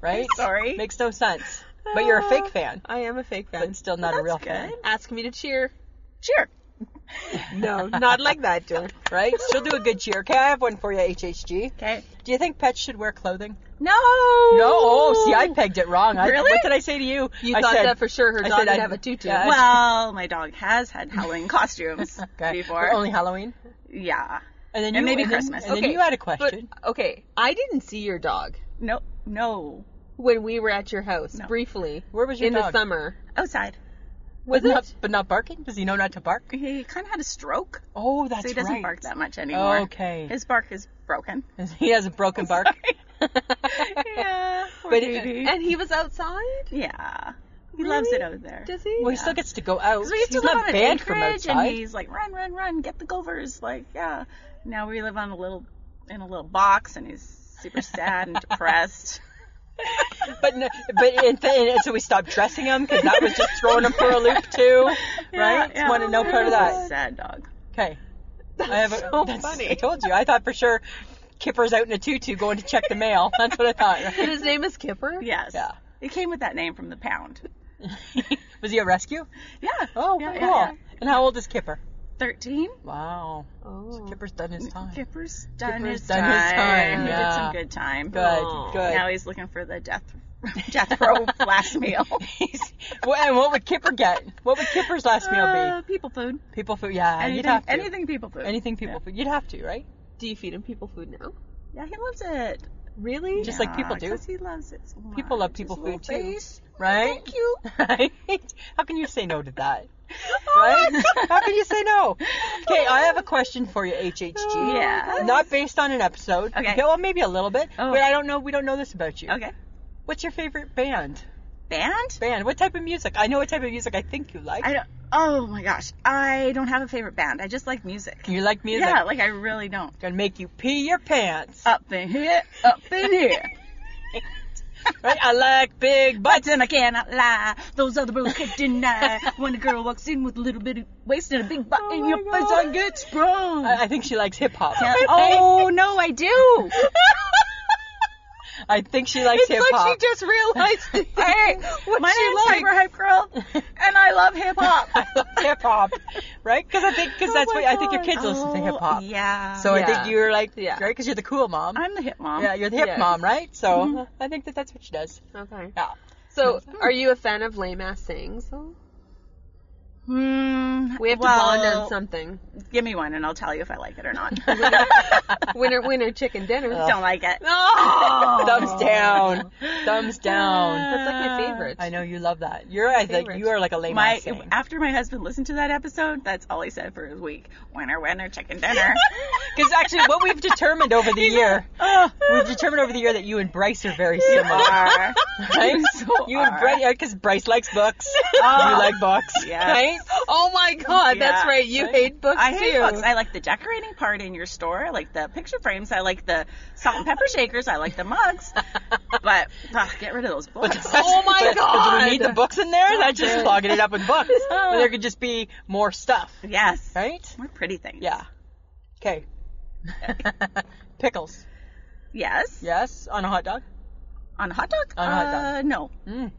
Speaker 2: right?
Speaker 3: sorry.
Speaker 2: Makes no sense. But you're a fake fan,
Speaker 1: I am a fake fan.
Speaker 2: but still not a
Speaker 3: That's
Speaker 2: real
Speaker 3: good.
Speaker 2: fan,
Speaker 1: Ask me to cheer.
Speaker 3: Sure.
Speaker 1: No, not like that, Jen.
Speaker 2: right? She'll do a good cheer. Okay, I have one for you, HHG.
Speaker 3: Okay.
Speaker 2: Do you think pets should wear clothing?
Speaker 3: No.
Speaker 2: No. Oh, see, I pegged it wrong. I,
Speaker 3: Really?
Speaker 2: what did I say to you?
Speaker 1: You
Speaker 2: I
Speaker 1: thought
Speaker 2: said,
Speaker 1: that for sure her
Speaker 2: I
Speaker 1: dog
Speaker 2: said
Speaker 1: would
Speaker 2: I'd-
Speaker 1: have a tutu.
Speaker 2: yeah, I-
Speaker 3: Well, my dog has had Halloween costumes
Speaker 2: Okay.
Speaker 3: before.
Speaker 2: Only Halloween.
Speaker 3: Yeah.
Speaker 2: And then
Speaker 3: And
Speaker 2: you,
Speaker 3: maybe
Speaker 2: then-
Speaker 3: Christmas.
Speaker 2: and then you had a question.
Speaker 1: But, okay, I didn't see your dog
Speaker 3: No. No.
Speaker 1: when we were at your house
Speaker 3: No.
Speaker 1: briefly
Speaker 2: Where was your
Speaker 1: in
Speaker 2: dog?
Speaker 1: the summer.
Speaker 3: Outside.
Speaker 1: Was
Speaker 2: but
Speaker 1: it?
Speaker 2: Not, but not barking? Does he know not to bark?
Speaker 3: He kind of had a stroke,
Speaker 2: Oh, that's
Speaker 3: so he doesn't
Speaker 2: right.
Speaker 3: bark that much anymore.
Speaker 2: Okay.
Speaker 3: His bark is broken.
Speaker 2: He has a broken bark.
Speaker 3: yeah, poor
Speaker 2: But it-
Speaker 3: baby.
Speaker 1: and he was outside.
Speaker 3: yeah, he loves
Speaker 1: Really?
Speaker 3: it out there.
Speaker 1: Does he?
Speaker 2: Well, he still gets to go out.
Speaker 3: Because we used
Speaker 2: he's
Speaker 3: to live
Speaker 2: not
Speaker 3: on an
Speaker 2: banned from
Speaker 3: acreage, and
Speaker 2: outside.
Speaker 3: he's like, run, run, run, get the gophers. Like, yeah. Now we live on a little in a little box, and he's super sad and depressed.
Speaker 2: But no, but and, th- and so we stopped dressing him because that was just throwing him for a loop too, right?
Speaker 3: Yeah, yeah.
Speaker 2: Wanted no part of that.
Speaker 3: Sad dog.
Speaker 2: Okay.
Speaker 1: That's
Speaker 2: I have a,
Speaker 1: so
Speaker 2: that's-
Speaker 1: funny.
Speaker 2: I told you. I thought for sure Kipper's out in a tutu going to check the mail. That's what I thought.
Speaker 1: And
Speaker 2: Right?
Speaker 1: his name is Kipper.
Speaker 3: Yes.
Speaker 2: Yeah.
Speaker 3: It came with that name from the pound.
Speaker 2: was he a rescue?
Speaker 3: Yeah.
Speaker 2: Oh,
Speaker 3: yeah,
Speaker 2: cool.
Speaker 3: yeah, yeah.
Speaker 2: And how old is Kipper?
Speaker 3: Thirteen.
Speaker 2: Wow.
Speaker 1: Oh.
Speaker 2: Kipper's done his time.
Speaker 3: Kipper's done,
Speaker 2: Kipper's
Speaker 3: his,
Speaker 2: done
Speaker 3: time.
Speaker 2: his time,
Speaker 3: He did
Speaker 2: yeah.
Speaker 3: some good time.
Speaker 2: Good,
Speaker 1: Oh.
Speaker 2: good.
Speaker 3: Now he's looking for the death death row last meal.
Speaker 2: He's- well, and what would Kipper get? What would Kipper's last meal
Speaker 3: Uh, people food.
Speaker 2: be? People food. Yeah, Uh, you'd
Speaker 3: Anything,
Speaker 2: have to.
Speaker 3: anything people food.
Speaker 2: Anything people food. You'd have to, right?
Speaker 1: Do you feed him people food now?
Speaker 3: Yeah, he loves it.
Speaker 1: Really?
Speaker 2: Just like people do.
Speaker 3: 'cause he loves it. so
Speaker 2: People love
Speaker 3: much.
Speaker 2: people
Speaker 3: His little
Speaker 2: food too.
Speaker 3: face.
Speaker 2: Right?
Speaker 3: Thank you.
Speaker 2: Right? How can you say no to that?
Speaker 3: Oh
Speaker 2: Right? How can you say no? Okay, I have a question for you, HHG.
Speaker 3: Oh, Yeah.
Speaker 2: Not based on an episode.
Speaker 3: Okay.
Speaker 2: Well, maybe a little bit.
Speaker 3: Oh.
Speaker 2: But I don't know. We don't know this about you.
Speaker 3: Okay.
Speaker 2: What's your favorite band?
Speaker 3: Band?
Speaker 2: Band. What type of music? I know what type of music I think you like.
Speaker 3: I don't. Oh my gosh, I don't have a favorite band. I just like music.
Speaker 2: You like music.
Speaker 3: Yeah, like I really don't.
Speaker 2: Gonna make you pee your pants.
Speaker 3: Up in here, up in here.
Speaker 2: Right? I like big
Speaker 3: But
Speaker 2: butts.
Speaker 3: then I cannot lie. Those other girls could deny. when a girl walks in with a little bit of waist and a big butt
Speaker 2: Oh
Speaker 3: in
Speaker 2: my
Speaker 3: your face,
Speaker 2: God.
Speaker 3: I get sprung.
Speaker 2: I I think she likes hip hop.
Speaker 3: Can't- oh no, I do.
Speaker 2: I think she likes hip hop.
Speaker 1: just realized
Speaker 3: Hey, my
Speaker 1: she
Speaker 3: name's Hyper Hype Girl, and I love hip hop.
Speaker 2: I love hip hop, right? Because I think because
Speaker 1: Oh
Speaker 2: that's
Speaker 1: my
Speaker 2: what I think your
Speaker 1: God.
Speaker 2: kids listen to hip hop.
Speaker 3: Oh, Yeah.
Speaker 2: So I
Speaker 1: Yeah.
Speaker 2: think you're like
Speaker 1: Yeah.
Speaker 2: yeah. right because you're the cool mom.
Speaker 3: I'm the hip mom.
Speaker 2: yeah, you're the hip
Speaker 1: Yes.
Speaker 2: mom, right? So I think that that's what she does.
Speaker 1: Okay.
Speaker 2: Yeah.
Speaker 1: So, are you a fan of lame ass sayings? though?
Speaker 3: Hmm,
Speaker 1: We have
Speaker 3: well,
Speaker 1: to bond on something.
Speaker 3: Give me one, and I'll tell you if I like it or not.
Speaker 1: Winner, winner, chicken dinner.
Speaker 3: Don't like it.
Speaker 1: Oh!
Speaker 2: Thumbs down. Thumbs down.
Speaker 1: That's like my favorite.
Speaker 2: I know you love that. You're I think
Speaker 1: Favorite.
Speaker 2: you are like a lame
Speaker 3: My
Speaker 2: ass saying.
Speaker 3: after my husband listened to that episode, that's all he said for his week. Winner, winner, chicken dinner.
Speaker 2: Because actually, what we've determined over the year,
Speaker 1: Oh,
Speaker 2: we've determined over the year that you and Bryce are very similar.
Speaker 3: Are.
Speaker 2: Right?
Speaker 3: so
Speaker 2: you and
Speaker 3: are.
Speaker 2: Bryce, because Bryce likes books.
Speaker 3: Oh.
Speaker 2: You like books,
Speaker 3: Yes.
Speaker 2: right?
Speaker 1: Oh my god, that's
Speaker 3: Yeah.
Speaker 1: right. You
Speaker 2: Right?
Speaker 1: hate books
Speaker 3: I
Speaker 1: too.
Speaker 3: hate books. I like the decorating part in your store. I like the picture frames. I like the salt and pepper shakers. I like the mugs. But ugh, get rid of those books.
Speaker 1: Oh my
Speaker 2: But- but Do we need
Speaker 1: God.
Speaker 2: the books in there? That's just
Speaker 1: Okay.
Speaker 2: clogging it up with books. Well, there could just be more stuff,
Speaker 3: Yes.
Speaker 2: right?
Speaker 3: More pretty things.
Speaker 2: Yeah. Okay. Pickles.
Speaker 3: Yes.
Speaker 2: Yes, on a hot dog.
Speaker 3: On a hot dog?
Speaker 2: On a hot
Speaker 3: Uh, no.
Speaker 2: Mm,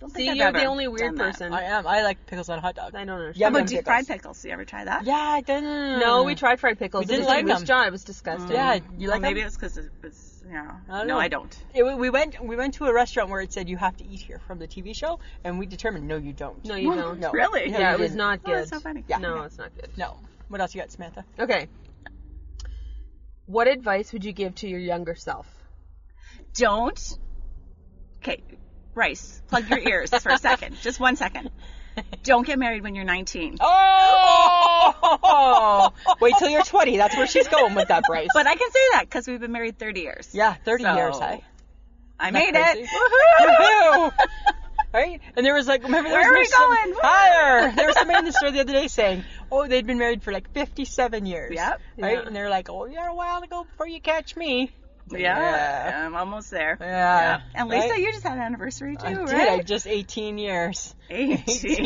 Speaker 3: Don't
Speaker 1: See,
Speaker 3: think I've
Speaker 1: you're the
Speaker 3: ever
Speaker 1: only weird
Speaker 3: done that.
Speaker 1: person.
Speaker 2: I
Speaker 1: I,
Speaker 2: am. I like pickles on a hot dog.
Speaker 1: don't understand.
Speaker 2: Yeah,
Speaker 3: How
Speaker 2: but-
Speaker 3: about deep fried pickles? You ever try that?
Speaker 2: Yeah, I didn't.
Speaker 1: No, we tried fried pickles.
Speaker 2: We didn't
Speaker 1: it was
Speaker 2: like
Speaker 1: English
Speaker 2: them.
Speaker 1: John. It was disgusting.
Speaker 2: Yeah, you
Speaker 3: Well,
Speaker 2: like
Speaker 3: maybe
Speaker 2: maybe
Speaker 3: it's because it was, you know.
Speaker 2: I don't
Speaker 3: no,
Speaker 2: know.
Speaker 3: I don't.
Speaker 2: we went. We went to a restaurant where it said you have to eat here from the TV show, and we determined no, you don't.
Speaker 1: No, you don't.
Speaker 2: No.
Speaker 3: Really?
Speaker 1: Yeah,
Speaker 2: you
Speaker 1: it was
Speaker 2: didn't.
Speaker 1: not
Speaker 3: Oh,
Speaker 1: good.
Speaker 3: that's so funny.
Speaker 2: Yeah.
Speaker 1: No, it's not good.
Speaker 2: No. What else you got, Samantha?
Speaker 1: Okay. What advice would you give to your younger self?
Speaker 3: Don't. Okay, Rice, plug your ears for a second. Just one second. Don't get married when you're 19.
Speaker 2: Oh! Wait till you're 20. That's where she's going with that, Bryce.
Speaker 3: But I can say that because we've been married 30 years.
Speaker 2: yeah, 30 years.
Speaker 3: So-
Speaker 2: Hey.
Speaker 3: I
Speaker 2: Isn't
Speaker 3: made
Speaker 2: that
Speaker 3: it.
Speaker 2: crazy?
Speaker 3: Woohoo!
Speaker 2: Woohoo! right? And there was like, remember there
Speaker 3: Where
Speaker 2: was
Speaker 3: are
Speaker 2: some-
Speaker 3: we going? Woo!
Speaker 2: Higher. There was somebody in the store the other day saying, "Oh, they'd been married for like 57 years."
Speaker 3: Yep.
Speaker 2: Right?
Speaker 1: Yeah.
Speaker 2: And they're like, "Oh, you had a while to go before you catch me."
Speaker 3: Yeah, I'm almost there.
Speaker 2: Yeah.
Speaker 3: And
Speaker 2: Right?
Speaker 3: Lisa, you just had an anniversary too,
Speaker 2: I did. I
Speaker 3: right?
Speaker 2: just 18 years.
Speaker 3: 18.
Speaker 2: 18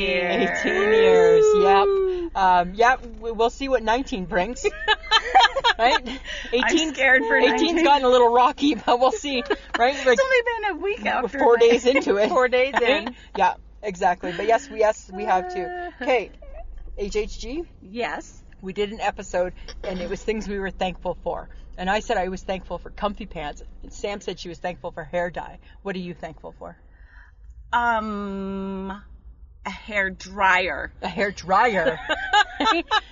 Speaker 3: years.
Speaker 2: 18 years. Yep. Um, yep. we- We'll see what 19 brings. right? 18.
Speaker 3: I'm scared for
Speaker 2: 18's
Speaker 3: 19.
Speaker 2: gotten a little rocky, but we'll see. Right? We're
Speaker 3: It's only been a week after.
Speaker 2: four
Speaker 3: my-
Speaker 2: days into it.
Speaker 1: Four days in.
Speaker 2: yeah, exactly. But yes, we yes we have to. Okay, HHG.
Speaker 3: Yes.
Speaker 2: We did an episode, and it was things we were thankful for. And I said I was thankful for comfy pants. And Sam said she was thankful for hair dye. What are you thankful for?
Speaker 3: Um, a hair dryer.
Speaker 2: A hair dryer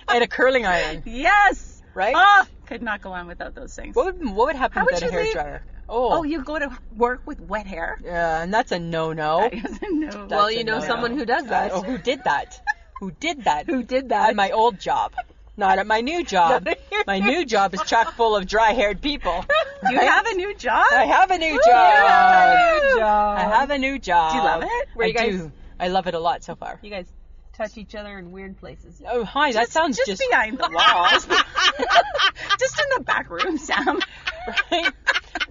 Speaker 2: and a curling iron,
Speaker 3: Yes.
Speaker 2: right?
Speaker 3: Ah, could not go on without those things.
Speaker 2: What would what would happen
Speaker 3: How would
Speaker 2: without a
Speaker 3: you
Speaker 2: hair
Speaker 3: leave-
Speaker 2: dryer? Oh,
Speaker 3: Oh, you go to work with wet hair?
Speaker 2: yeah, and that's a no-no.
Speaker 3: That is a no.
Speaker 2: That's
Speaker 1: well,
Speaker 2: a
Speaker 1: you know
Speaker 2: no-no.
Speaker 1: someone who does that.
Speaker 2: Oh, who did that? Who did that?
Speaker 1: Who did
Speaker 2: At
Speaker 1: that?
Speaker 2: my old job, not at my new job.
Speaker 1: Not at your
Speaker 2: my
Speaker 1: new
Speaker 2: new job is chock full of dry-haired people.
Speaker 3: you have a new job?
Speaker 2: I have a new job.
Speaker 1: job.
Speaker 2: I have a new job.
Speaker 3: Do you love it?
Speaker 1: Where
Speaker 2: I
Speaker 1: you guys-
Speaker 2: do. I love it a lot so far.
Speaker 1: you guys touch each other in weird places.
Speaker 2: Oh, hi. that sounds just,
Speaker 3: just behind the walls. just in the back room, Sam.
Speaker 2: right.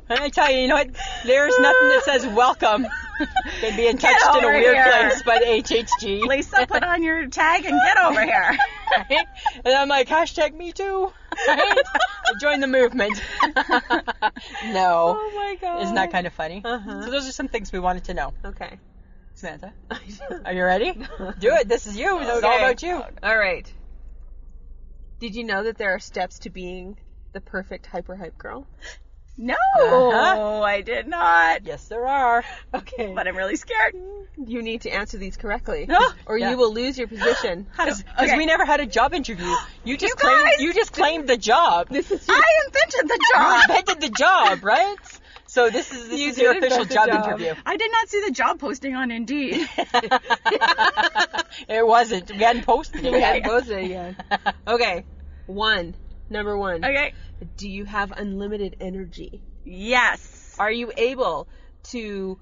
Speaker 2: And I tell you, you know what? There's nothing that says welcome than being
Speaker 3: Get
Speaker 2: touched in a
Speaker 3: over
Speaker 2: weird
Speaker 3: here.
Speaker 2: place by the HHG.
Speaker 3: Lisa, put on your tag and get over here.
Speaker 2: Right? And I'm like, hashtag me too. Right? I joined the movement. no.
Speaker 1: Oh my god.
Speaker 2: Isn't that kind of funny?
Speaker 1: Uh-huh.
Speaker 2: So those are some things we wanted to know.
Speaker 1: Okay.
Speaker 2: Samantha, are you ready? Do it. This is you. This is all
Speaker 1: Okay.
Speaker 2: about you.
Speaker 1: All right. Did you know that there are steps to being the perfect hyper hype girl?
Speaker 3: No,
Speaker 2: Uh-huh.
Speaker 3: I did not.
Speaker 2: Yes, there are.
Speaker 1: Okay.
Speaker 3: But I'm really scared.
Speaker 1: You need to answer these correctly,
Speaker 2: Oh,
Speaker 1: or
Speaker 2: yeah.
Speaker 1: you will lose your position.
Speaker 3: How
Speaker 2: Because
Speaker 3: do- okay.
Speaker 2: oh, we never had a job interview. You just
Speaker 3: You
Speaker 2: claimed
Speaker 3: guys-
Speaker 2: you just claimed the job.
Speaker 1: This is your
Speaker 3: I invented the
Speaker 2: You
Speaker 3: job.
Speaker 2: invented the job, right? So this is this
Speaker 1: You
Speaker 2: is your
Speaker 1: did
Speaker 2: official
Speaker 1: invent the
Speaker 2: job,
Speaker 1: job.
Speaker 2: interview.
Speaker 3: I did not see the job posting on Indeed.
Speaker 2: It wasn't. We hadn't posted it
Speaker 1: we
Speaker 2: yet. Oh,
Speaker 1: had both of you. Okay. One. Number one.
Speaker 3: Okay.
Speaker 1: Do you have unlimited energy?
Speaker 3: Yes.
Speaker 1: Are you able to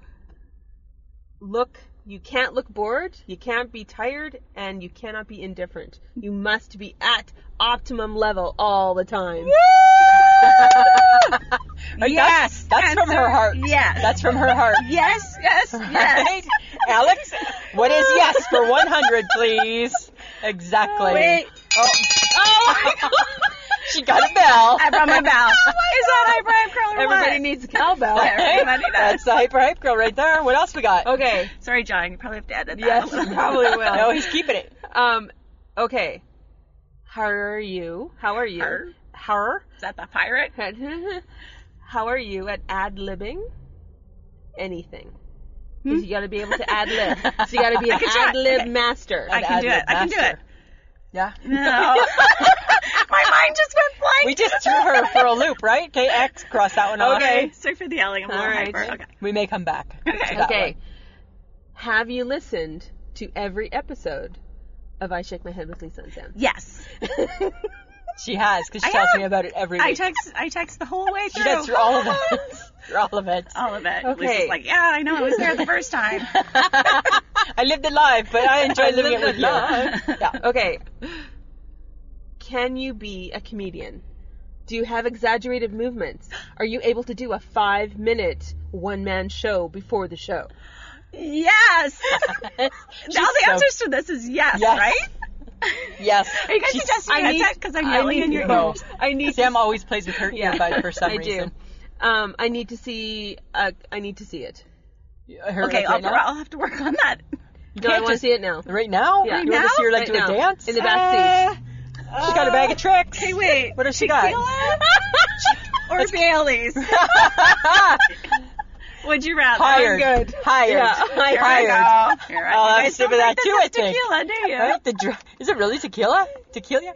Speaker 1: look? You can't look bored, you can't be tired, and you cannot be indifferent. You must be at optimum level all the time.
Speaker 2: Like,
Speaker 3: yes.
Speaker 2: that's, that's from her
Speaker 3: Answer,
Speaker 2: heart.
Speaker 3: Yes.
Speaker 2: That's from her heart.
Speaker 3: yes. Yes. Yes.
Speaker 2: Right? Alex, what is yes for 100, please? Exactly.
Speaker 3: Wait.
Speaker 2: Oh,
Speaker 3: Oh my God.
Speaker 2: she got a bell.
Speaker 3: I brought my bell. Is that I brought curler? or
Speaker 1: Everybody
Speaker 3: what?
Speaker 1: needs a cowbell.
Speaker 3: There. everybody does.
Speaker 2: That's the hyper hype girl right there. What else we got?
Speaker 3: Oh,
Speaker 1: Okay.
Speaker 3: Sorry, John. You probably have to edit that.
Speaker 1: Yes, you probably will.
Speaker 2: No, he's keeping it.
Speaker 1: Um. Okay. How are you? How are you? How are?
Speaker 3: Is that the pirate?
Speaker 1: How are you at ad libbing? Anything. 'Cause You got to be able to ad lib. So you got to be an
Speaker 3: Hmm? can try.
Speaker 1: ad lib
Speaker 3: Okay.
Speaker 1: master.
Speaker 3: I can do it. I can do it.
Speaker 2: Yeah.
Speaker 3: No. my mind just went blank.
Speaker 2: We just threw her for a loop, right? Okay, X, cross that one off.
Speaker 3: Okay. Sorry for the yelling. I'm a little
Speaker 1: All right.
Speaker 3: hyper. Okay.
Speaker 2: We may come back. to
Speaker 3: Okay.
Speaker 2: that
Speaker 1: okay.
Speaker 2: one.
Speaker 1: Have you listened to every episode of I Shake My Head with Lisa and Sam?
Speaker 3: Yes.
Speaker 2: She has, because she
Speaker 3: I
Speaker 2: tells
Speaker 3: have.
Speaker 2: me about it every
Speaker 3: I
Speaker 2: week.
Speaker 3: text. I text the whole way
Speaker 2: she
Speaker 3: through.
Speaker 2: gets through all of it. through all of it.
Speaker 1: Um,
Speaker 3: All of it.
Speaker 1: Okay.
Speaker 3: Lisa's like, yeah, I know. I was there the first time.
Speaker 2: I lived it live, but I enjoy
Speaker 1: I
Speaker 2: living it
Speaker 1: lived
Speaker 2: with
Speaker 1: it
Speaker 2: you.
Speaker 1: live.
Speaker 2: Yeah.
Speaker 1: Okay. Can you be a comedian? Do you have exaggerated movements? Are you able to do a five minute one man show before the show?
Speaker 3: Yes.
Speaker 2: She's
Speaker 3: all the
Speaker 2: so-
Speaker 3: answers to this is yes,
Speaker 2: Yes.
Speaker 3: right?
Speaker 2: Yes.
Speaker 3: Are you guys
Speaker 2: She's-
Speaker 3: suggesting I need because I'm yelling in your
Speaker 2: No.
Speaker 3: ears?
Speaker 1: I need
Speaker 2: Sam
Speaker 1: to,
Speaker 2: always plays with her
Speaker 1: Yeah.
Speaker 2: earbud for some
Speaker 1: I
Speaker 2: reason.
Speaker 1: do. Um, I need to see. Uh, I need to see it.
Speaker 2: Her, like,
Speaker 3: Okay, I'll,
Speaker 2: right now.
Speaker 3: I'll have to work on that.
Speaker 1: No, I
Speaker 2: can't
Speaker 1: want to
Speaker 2: just-
Speaker 1: see it now.
Speaker 2: Right now?
Speaker 1: Yeah.
Speaker 2: You want to see her like
Speaker 1: Right
Speaker 2: do a
Speaker 1: now.
Speaker 2: dance?
Speaker 1: In the back
Speaker 2: seat. She's got a bag of tricks.
Speaker 3: Okay, wait.
Speaker 2: What does she got?
Speaker 3: Tequila or Bailey's? Would you rather?
Speaker 2: Hired.
Speaker 1: good.
Speaker 2: Hired.
Speaker 1: Yeah,
Speaker 2: hired.
Speaker 1: hired.
Speaker 3: Here I go. Here I go.
Speaker 2: I'll
Speaker 3: You
Speaker 2: have
Speaker 3: guys
Speaker 2: a sip
Speaker 3: don't
Speaker 2: of that
Speaker 3: think
Speaker 2: too,
Speaker 3: that's
Speaker 2: I think.
Speaker 3: Tequila, do you?
Speaker 2: Right? The dr- is it really tequila? Tequila?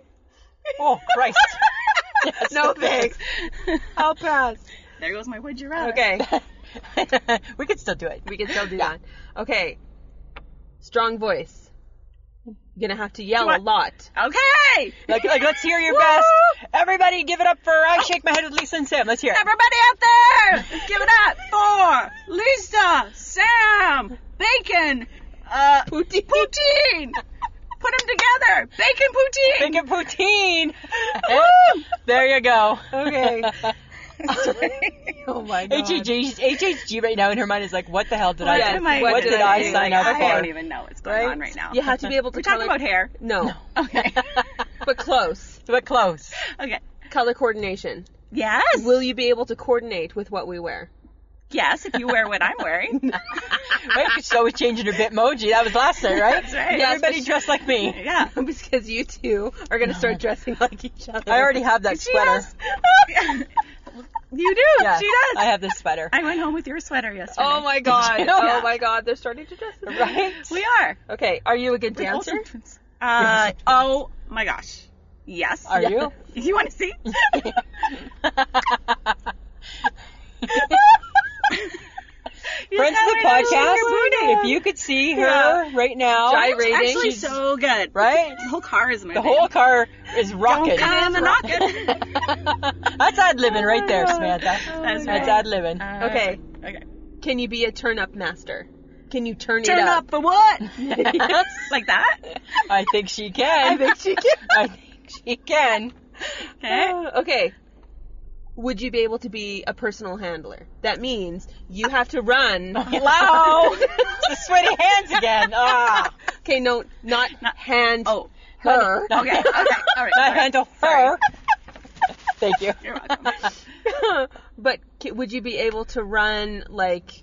Speaker 2: Oh, Christ. Yes.
Speaker 1: No thanks. I'll pass.
Speaker 3: There goes my would you rather.
Speaker 1: Okay,
Speaker 2: we could still do it.
Speaker 1: we can still do
Speaker 2: Yeah.
Speaker 1: that. Okay. Strong voice. You're gonna have to yell a
Speaker 3: What?
Speaker 1: lot.
Speaker 3: Okay.
Speaker 2: Like, like, let's hear your best. Everybody, give it up for I Shake My Head with Lisa and Sam. Let's hear it.
Speaker 3: Everybody out there, give it up for Lisa, Sam, Bacon, uh,
Speaker 1: Poutine.
Speaker 3: Poutine. Put them together. Bacon Poutine.
Speaker 2: Think of poutine. there you go.
Speaker 1: Okay. oh my god.
Speaker 2: HHG, HHG right now in her mind is like, what the hell did
Speaker 3: What
Speaker 2: I do?
Speaker 3: am I
Speaker 2: what
Speaker 3: doing?
Speaker 2: did I sign up
Speaker 3: I don't
Speaker 2: for?
Speaker 3: even know what's going
Speaker 1: Right?
Speaker 3: on right now.
Speaker 1: You have to be able to
Speaker 3: We're
Speaker 1: color.
Speaker 3: talking about hair.
Speaker 1: No,
Speaker 3: Okay.
Speaker 1: but close.
Speaker 2: but close.
Speaker 3: okay.
Speaker 1: Color coordination.
Speaker 3: Yes.
Speaker 1: Will you be able to coordinate with what we wear?
Speaker 3: yes, if you wear what I'm wearing.
Speaker 2: Right? She's always changing her bitmoji. That was last night, right?
Speaker 3: That's right.
Speaker 1: Yes,
Speaker 2: Everybody
Speaker 1: but she-
Speaker 2: dressed like me.
Speaker 3: yeah.
Speaker 1: because you two are gonna start dressing like each other.
Speaker 2: I already have that
Speaker 3: She
Speaker 2: sweater.
Speaker 3: has- you do.
Speaker 2: Yeah,
Speaker 3: She does.
Speaker 2: I have this sweater.
Speaker 3: I went home with your sweater yesterday.
Speaker 1: Oh my god.
Speaker 2: you know
Speaker 1: Oh
Speaker 2: that?
Speaker 1: my god. They're starting to dress.
Speaker 2: Right?
Speaker 3: We are.
Speaker 1: Okay. Are you a good dancer?
Speaker 3: Uh, oh my gosh. Yes.
Speaker 2: Are you?
Speaker 3: You want to see?
Speaker 2: podcast.
Speaker 1: Booty.
Speaker 2: If you could see her
Speaker 3: Yeah.
Speaker 2: right now,
Speaker 1: Gyrating.
Speaker 3: Actually,
Speaker 1: She's-
Speaker 3: so good.
Speaker 2: right?
Speaker 3: The whole car is moving.
Speaker 2: The whole car is rocking.
Speaker 3: Come and knock it.
Speaker 2: That's ad libbing right there, Samantha.
Speaker 3: That's
Speaker 2: That's
Speaker 3: right.
Speaker 2: ad libbing.
Speaker 1: Okay.
Speaker 3: Uh, Okay.
Speaker 1: Can you be a turn up master? Can you turn,
Speaker 3: Turn
Speaker 1: it
Speaker 3: up.
Speaker 1: up?
Speaker 3: for what?
Speaker 2: Yes.
Speaker 3: like that?
Speaker 2: I think she can.
Speaker 1: I think she can.
Speaker 2: I think she can.
Speaker 3: Okay.
Speaker 1: Uh, okay. Would you be able to be a personal handler? That means you have to run.
Speaker 2: Hello. the sweaty hands again. Ah.
Speaker 1: okay, no, not,
Speaker 3: Not-
Speaker 1: hand
Speaker 3: Oh.
Speaker 1: her.
Speaker 3: Okay. Okay. All right. All
Speaker 2: Not
Speaker 3: right.
Speaker 2: handle her. Thank you.
Speaker 3: You're welcome.
Speaker 1: but ca- would you be able to run like?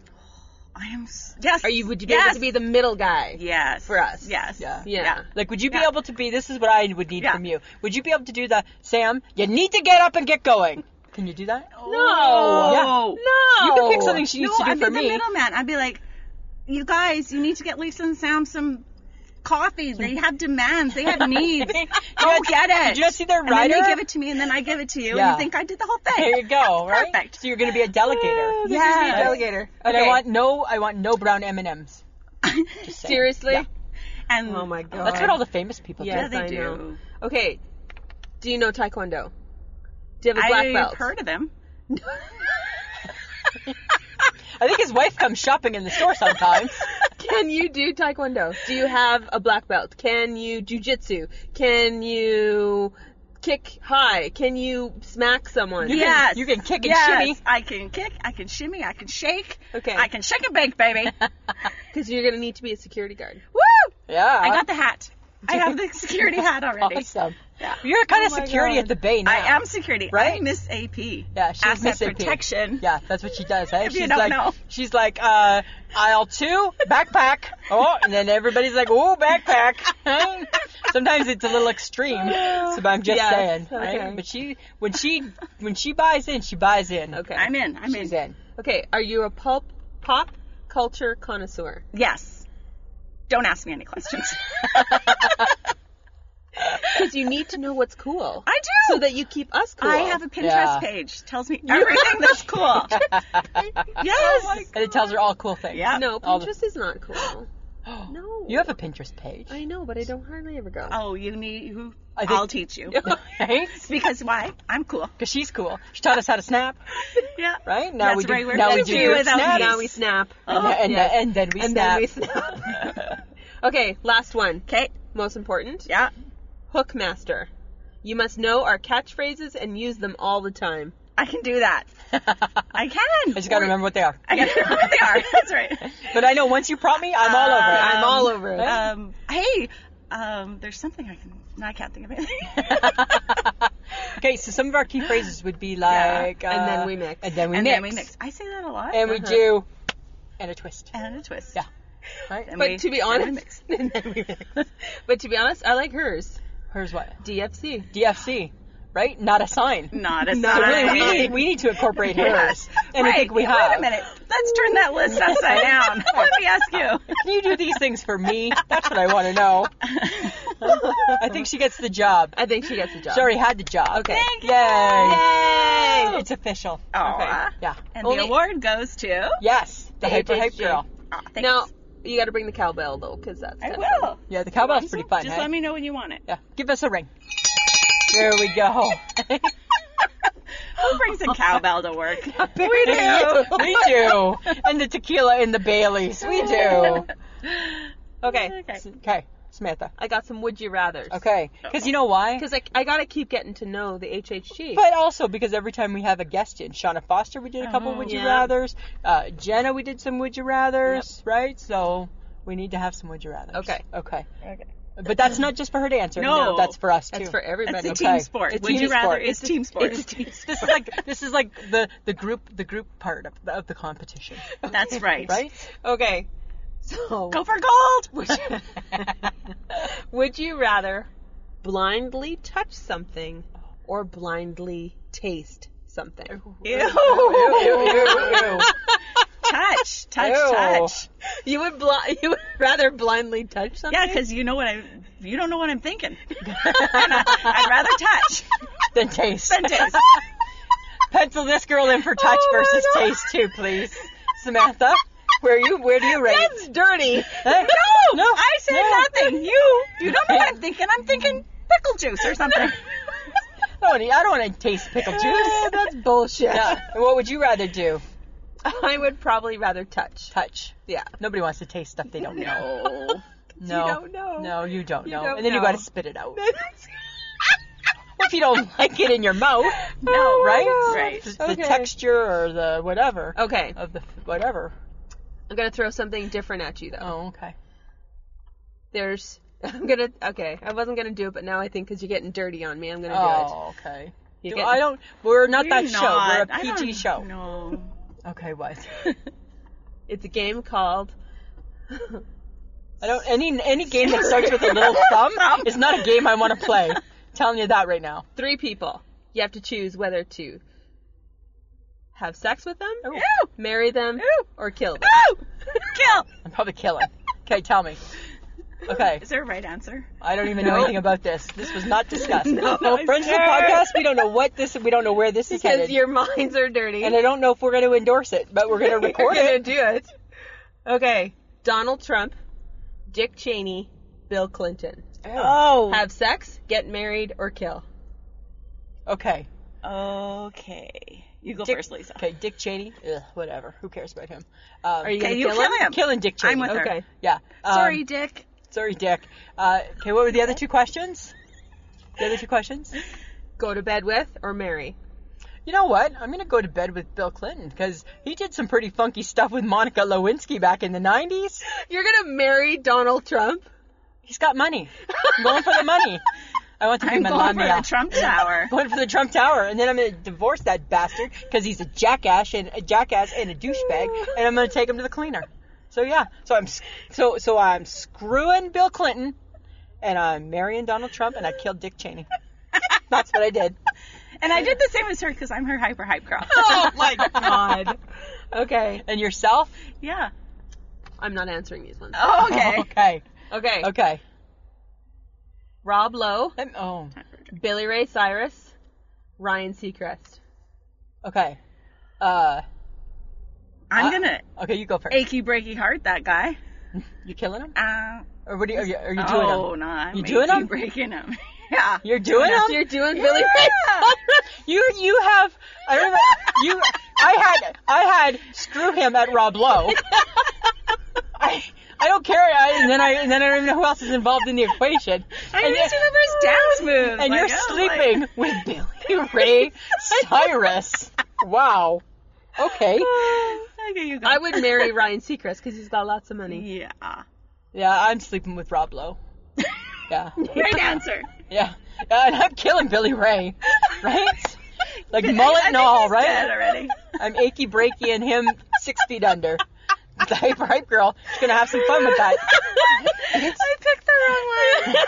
Speaker 3: I am. s- Yes.
Speaker 1: Are you? Would you be
Speaker 3: yes.
Speaker 1: able to be the middle guy?
Speaker 3: Yes.
Speaker 1: for us?
Speaker 3: Yes.
Speaker 2: Yeah.
Speaker 1: Yeah.
Speaker 3: Yeah.
Speaker 2: Like, would you be
Speaker 3: Yeah.
Speaker 2: able to be? This is what I would need
Speaker 3: Yeah.
Speaker 2: from you. Would you be able to do the Sam? You need to get up and get going. Can you do that?
Speaker 3: No.
Speaker 1: No.
Speaker 2: You can pick something she needs to
Speaker 3: No,
Speaker 2: do
Speaker 3: I'd be
Speaker 2: for
Speaker 3: the
Speaker 2: me.
Speaker 3: middleman. I'd be like, you guys, you need to get Lisa and Sam some coffee. They have demands. They have needs.
Speaker 2: Did you
Speaker 3: Go
Speaker 2: not-
Speaker 3: get it.
Speaker 2: Did you not see their
Speaker 3: and then
Speaker 2: rider?
Speaker 3: they give it to me, and then I give it to you, and
Speaker 2: Yeah.
Speaker 3: you think I did the whole thing.
Speaker 2: there you go. Right.
Speaker 3: Perfect.
Speaker 2: So you're going to be a delegator.
Speaker 3: Yeah.
Speaker 1: Yeah.
Speaker 3: Yes.
Speaker 1: Delegator.
Speaker 2: And
Speaker 1: Okay.
Speaker 2: I want no. I want no brown M and M's.
Speaker 1: seriously.
Speaker 2: Yeah.
Speaker 3: And
Speaker 1: Oh my god.
Speaker 2: That's what all the famous people
Speaker 1: Yeah.
Speaker 3: Yeah,
Speaker 1: Yes,
Speaker 3: they
Speaker 1: I
Speaker 3: do.
Speaker 1: know. Okay. Do you know Taekwondo? Do you have a black
Speaker 3: I've
Speaker 1: belt?
Speaker 3: heard of them.
Speaker 2: do. I think his wife comes shopping in the store sometimes.
Speaker 1: Can you do Taekwondo? Do you have a black belt? Can you jujitsu? Can you kick high? Can you smack someone?
Speaker 2: You can-
Speaker 3: yes.
Speaker 2: you can kick and
Speaker 3: yes.
Speaker 2: shimmy.
Speaker 3: I can kick. I can shimmy. I can shake.
Speaker 1: Okay.
Speaker 3: I can shake and bake, baby.
Speaker 1: Because you're gonna need to be a security guard.
Speaker 3: Woo!
Speaker 2: yeah.
Speaker 3: I got the hat. I have the security hat already.
Speaker 2: Awesome.
Speaker 3: Yeah.
Speaker 2: You're kind of
Speaker 1: Oh my
Speaker 2: security
Speaker 1: God.
Speaker 2: at the bay now.
Speaker 3: I am security.
Speaker 2: Right?
Speaker 3: I miss AP. Yeah,
Speaker 2: she's
Speaker 3: Asset
Speaker 2: Miss AP.
Speaker 3: protection.
Speaker 2: Yeah, that's what she does. Hey?
Speaker 3: If you
Speaker 2: She's
Speaker 3: don't
Speaker 2: like,
Speaker 3: know.
Speaker 2: she's like, uh, aisle two, backpack. Oh, and then everybody's like, oh, backpack. Sometimes it's a little extreme, so I'm just
Speaker 1: Yes,
Speaker 2: saying. Right?
Speaker 1: okay.
Speaker 2: But she, when she, when she buys in, she buys in.
Speaker 1: Okay.
Speaker 3: I'm in. I'm
Speaker 2: She's
Speaker 3: in.
Speaker 2: in.
Speaker 1: Okay. Are you a pulp pop culture connoisseur?
Speaker 3: Yes. Don't ask me any questions.
Speaker 1: Because you need to know what's cool.
Speaker 3: I do.
Speaker 1: So that you keep us cool.
Speaker 3: I have a Pinterest
Speaker 2: Yeah.
Speaker 3: page. Tells me everything that's cool. yes.
Speaker 2: And it tells her all cool things.
Speaker 3: Yeah.
Speaker 1: no.
Speaker 2: all the-
Speaker 1: Pinterest is not cool. no.
Speaker 2: You have a Pinterest page.
Speaker 1: I know, but I don't hardly ever go.
Speaker 3: Oh, you need who?
Speaker 2: I think-
Speaker 3: I'll teach you.
Speaker 2: Thanks.
Speaker 3: Because why? I'm cool.
Speaker 2: Because she's cool. She taught us how to snap,
Speaker 3: Yeah.
Speaker 2: right? Now
Speaker 3: That's
Speaker 2: we do.
Speaker 3: right, we're
Speaker 2: now we
Speaker 3: gonna
Speaker 2: do.
Speaker 3: do
Speaker 2: good
Speaker 3: without
Speaker 2: snaps.
Speaker 1: Now we snap.
Speaker 2: And, then- and,
Speaker 1: Yes.
Speaker 2: then- and then we
Speaker 1: And
Speaker 2: snap.
Speaker 1: then we snap. okay. Last one.
Speaker 3: Okay.
Speaker 1: Most important.
Speaker 3: Yeah.
Speaker 1: Hook master. You must know our catchphrases and use them all the time.
Speaker 3: I can do that. I can.
Speaker 2: I just gotta remember what they are.
Speaker 3: I gotta remember what they are. That's right.
Speaker 2: But I know once you prompt me, I'm all over it.
Speaker 1: I'm
Speaker 3: Um,
Speaker 1: all over it.
Speaker 3: Um, hey, um, there's something I can. No, I can't think of anything. Uh,
Speaker 2: okay, so some of our key phrases would be like,
Speaker 1: Yeah, and
Speaker 2: uh,
Speaker 1: then we mix.
Speaker 2: and then we
Speaker 3: and
Speaker 2: mix,
Speaker 3: then we mix. I say that a lot.
Speaker 2: and we
Speaker 1: Uh-huh.
Speaker 2: do, and a twist.
Speaker 3: and a twist.
Speaker 2: Yeah. Right?
Speaker 3: And
Speaker 1: but
Speaker 3: we-
Speaker 1: to be
Speaker 3: and we
Speaker 1: honest,
Speaker 3: mix.
Speaker 1: and then we mix. but to be honest, I like hers.
Speaker 2: Here's what
Speaker 1: DFC.
Speaker 2: DFC, right? Not a sign.
Speaker 3: not as
Speaker 1: No,
Speaker 2: So
Speaker 3: not
Speaker 2: really, we
Speaker 1: Right.
Speaker 2: need we need to incorporate hers, and I think we
Speaker 3: Wait
Speaker 2: have.
Speaker 3: a minute. Let's turn that list upside down. Let me ask you.
Speaker 2: Can you do these things for me? That's what I want to know. I think she gets the job.
Speaker 1: I think she gets the job.
Speaker 2: She already had the job.
Speaker 1: Okay. Thank
Speaker 2: Yay!
Speaker 1: you.
Speaker 2: Yay! It's official.
Speaker 3: Aw.
Speaker 2: Yeah.
Speaker 3: And
Speaker 1: Only-
Speaker 3: the award goes to.
Speaker 2: Yes. The
Speaker 1: The
Speaker 2: hyper hype
Speaker 1: HHG.
Speaker 2: girl.
Speaker 3: Aw, thanks.
Speaker 1: Now you got to bring the cowbell though, because that's.
Speaker 3: I
Speaker 1: kinda
Speaker 3: will.
Speaker 2: Yeah, the cowbell's pretty fun.
Speaker 3: Just
Speaker 2: hey?
Speaker 3: let me know when you want it.
Speaker 2: Yeah, give us a ring. There we go.
Speaker 3: Who brings a cowbell to work?
Speaker 2: we
Speaker 3: do.
Speaker 2: we do. And the tequila and the Baileys. We do.
Speaker 1: fun. Okay,
Speaker 3: Okay.
Speaker 2: Okay, Samantha.
Speaker 1: I got some would you rather's.
Speaker 2: Okay, because you know why?
Speaker 1: Because I, I gotta keep getting to know the HHG.
Speaker 2: But also because every time we have a guest in, Shauna Foster, we did a couple Would You
Speaker 1: Yeah.
Speaker 2: Rathers. Uh, Jenna, we did some Would You Rathers, right? So we need to have some Would You Rathers.
Speaker 1: Okay.
Speaker 2: Okay.
Speaker 3: Okay.
Speaker 2: But that's not just for her to answer.
Speaker 3: No.
Speaker 2: that's for us too.
Speaker 1: that's for
Speaker 3: It's
Speaker 1: everybody.
Speaker 3: a
Speaker 2: Okay.
Speaker 3: team sport.
Speaker 2: It's
Speaker 3: Would
Speaker 2: team
Speaker 3: you rather?
Speaker 2: sport.
Speaker 3: It's team sport.
Speaker 2: It's team- this is like this is like the the group the group part of the, of the competition,
Speaker 3: That's right.
Speaker 2: right?
Speaker 1: Okay. So
Speaker 3: Go for gold.
Speaker 1: would you rather blindly touch something or blindly taste something?
Speaker 3: Ew.
Speaker 2: Ew.
Speaker 3: touch, touch,
Speaker 2: Ew.
Speaker 3: touch.
Speaker 1: You would bli- you would rather blindly touch something.
Speaker 3: Yeah, because you know what I, you don't know what I'm thinking. I'd rather touch
Speaker 2: Then taste.
Speaker 3: than taste.
Speaker 2: Pencil this girl in for touch
Speaker 1: Oh my
Speaker 2: versus
Speaker 1: God.
Speaker 2: taste too, please, Samantha.
Speaker 1: Where you? Where do you rate?
Speaker 2: That's
Speaker 1: dirty.
Speaker 2: no,
Speaker 3: No, I said nothing. You, you don't know what I'm thinking. I'm thinking pickle juice or something.
Speaker 2: I don't, wanna- I don't want to taste pickle
Speaker 1: Yeah,
Speaker 2: juice.
Speaker 1: that's bullshit.
Speaker 2: yeah. What would you rather do?
Speaker 1: I would probably rather touch.
Speaker 2: Touch.
Speaker 1: Yeah.
Speaker 2: Nobody wants to taste stuff they don't know.
Speaker 3: No.
Speaker 2: No.
Speaker 1: You don't know.
Speaker 2: No, you don't
Speaker 1: You
Speaker 2: know.
Speaker 1: don't
Speaker 2: and then you
Speaker 1: know.
Speaker 2: got to spit it out. Well, if you don't like it in your mouth,
Speaker 1: no,
Speaker 2: Oh, right? Oh.
Speaker 3: Right.
Speaker 2: The, the
Speaker 1: Okay.
Speaker 2: texture or the whatever
Speaker 1: Oh Okay,
Speaker 2: of the whatever.
Speaker 1: I'm gonna throw something different at you though.
Speaker 2: Oh, okay.
Speaker 1: There's, I'm gonna. Okay, I wasn't gonna do it, but now I think because you're getting dirty on me, I'm gonna do it.
Speaker 2: Oh, okay.
Speaker 1: You
Speaker 2: Do-
Speaker 1: get-
Speaker 2: I don't. We're not that
Speaker 3: You're not.
Speaker 2: show.
Speaker 3: I
Speaker 2: We're a PG
Speaker 3: don't
Speaker 2: show.
Speaker 3: know.
Speaker 2: Okay, what?
Speaker 1: Oh. It's a game called.
Speaker 2: I don't. Any any game that starts with a little thumb is not a game I want to play. telling you that right now.
Speaker 1: three people. You have to choose whether to have sex with them,
Speaker 2: Ew.
Speaker 1: marry them, or kill them.
Speaker 3: Ew. Kill.
Speaker 2: I'm probably killing. Okay, tell me. Okay,
Speaker 3: Is there a right answer?
Speaker 2: I don't even know
Speaker 1: No.
Speaker 2: anything about this. This was not discussed.
Speaker 3: No, I
Speaker 2: friends of the
Speaker 3: swear.
Speaker 2: podcast, we don't know what this. We don't know where this is
Speaker 1: Because
Speaker 2: headed.
Speaker 1: your minds are dirty.
Speaker 2: And I don't know if we're going to endorse it, but we're going to
Speaker 1: We're
Speaker 2: record
Speaker 1: gonna
Speaker 2: it.
Speaker 1: do it. Okay. Donald Trump, Dick Cheney, Bill Clinton.
Speaker 2: Oh.
Speaker 1: Have sex, get married, or kill.
Speaker 2: okay.
Speaker 3: Okay. You Oh. go
Speaker 2: Dick-
Speaker 3: first, Lisa.
Speaker 2: Okay, Dick Cheney. Ugh, whatever. Who cares about him? Um,
Speaker 1: Are you
Speaker 3: Okay,
Speaker 1: gonna
Speaker 3: you
Speaker 1: kill,
Speaker 3: kill
Speaker 1: him?
Speaker 3: him.
Speaker 2: killing Dick Cheney?
Speaker 3: I'm with her.
Speaker 1: Okay.
Speaker 2: Yeah. Um,
Speaker 3: Sorry, Dick.
Speaker 2: Sorry, Dick. Uh, okay, what were the other two questions? The other two questions?
Speaker 1: Go to bed with or marry?
Speaker 2: You know what? I'm going to go to bed with Bill Clinton because he did some pretty funky stuff with Monica Lewinsky back in the 90s.
Speaker 1: You're gonna marry Donald Trump?
Speaker 2: He's got money. I'm going for the money. I want to be
Speaker 3: I'm going for
Speaker 2: Melania.
Speaker 3: the Trump Tower.
Speaker 2: going for the Trump Tower, and then I'm gonna divorce that bastard because he's a jackass and a jackass and a douchebag, and I'm gonna take him to the cleaner. So yeah, so I'm s- so so I'm screwing Bill Clinton, and I'm marrying Donald Trump, and I killed Dick Cheney. That's what I did.
Speaker 3: And I did the same as her because I'm her hyper hype girl.
Speaker 1: Oh my god. Okay.
Speaker 2: And yourself?
Speaker 3: yeah.
Speaker 1: I'm not answering these ones.
Speaker 3: Oh, okay.
Speaker 2: Okay.
Speaker 1: Okay.
Speaker 2: Okay.
Speaker 1: Rob Lowe,
Speaker 2: Um, oh.
Speaker 1: Billy Ray Cyrus, Ryan Seacrest.
Speaker 2: Okay. Uh.
Speaker 3: I'm
Speaker 2: Uh,
Speaker 3: gonna
Speaker 2: Okay, you go first.
Speaker 3: achy breaky heart that guy.
Speaker 2: You killing him?
Speaker 3: Uh,
Speaker 2: Or what? Are you, are you, are you doing
Speaker 3: oh
Speaker 2: him?
Speaker 3: no, I'm
Speaker 2: You doing
Speaker 3: achy
Speaker 2: him?
Speaker 3: breaking him. yeah.
Speaker 2: You're doing him.
Speaker 1: You're doing Billy Ray.
Speaker 2: You you have I remember you I had I had screw him at Rob Lowe. I I don't care. I, and then I and then I don't even know who else is involved in the equation.
Speaker 3: I
Speaker 2: and
Speaker 3: just remember his dance moves.
Speaker 2: and
Speaker 3: like,
Speaker 2: you're
Speaker 3: oh, like-
Speaker 2: sleeping with Billy Ray Cyrus. Wow. Okay.
Speaker 3: okay, you go.
Speaker 1: I would marry Ryan Seacrest because he's got lots of money.
Speaker 3: Yeah.
Speaker 2: Yeah, I'm sleeping with Rob Lowe. Yeah.
Speaker 3: Great answer.
Speaker 2: Yeah. Yeah, and I'm killing Billy Ray. Right? Like mullet
Speaker 3: I
Speaker 2: and
Speaker 3: think
Speaker 2: all,
Speaker 3: he's
Speaker 2: right?
Speaker 3: dead already.
Speaker 2: I'm achy breaky and him six feet under. The hyper hype girl. She's gonna have some fun with that.
Speaker 3: I picked the wrong one.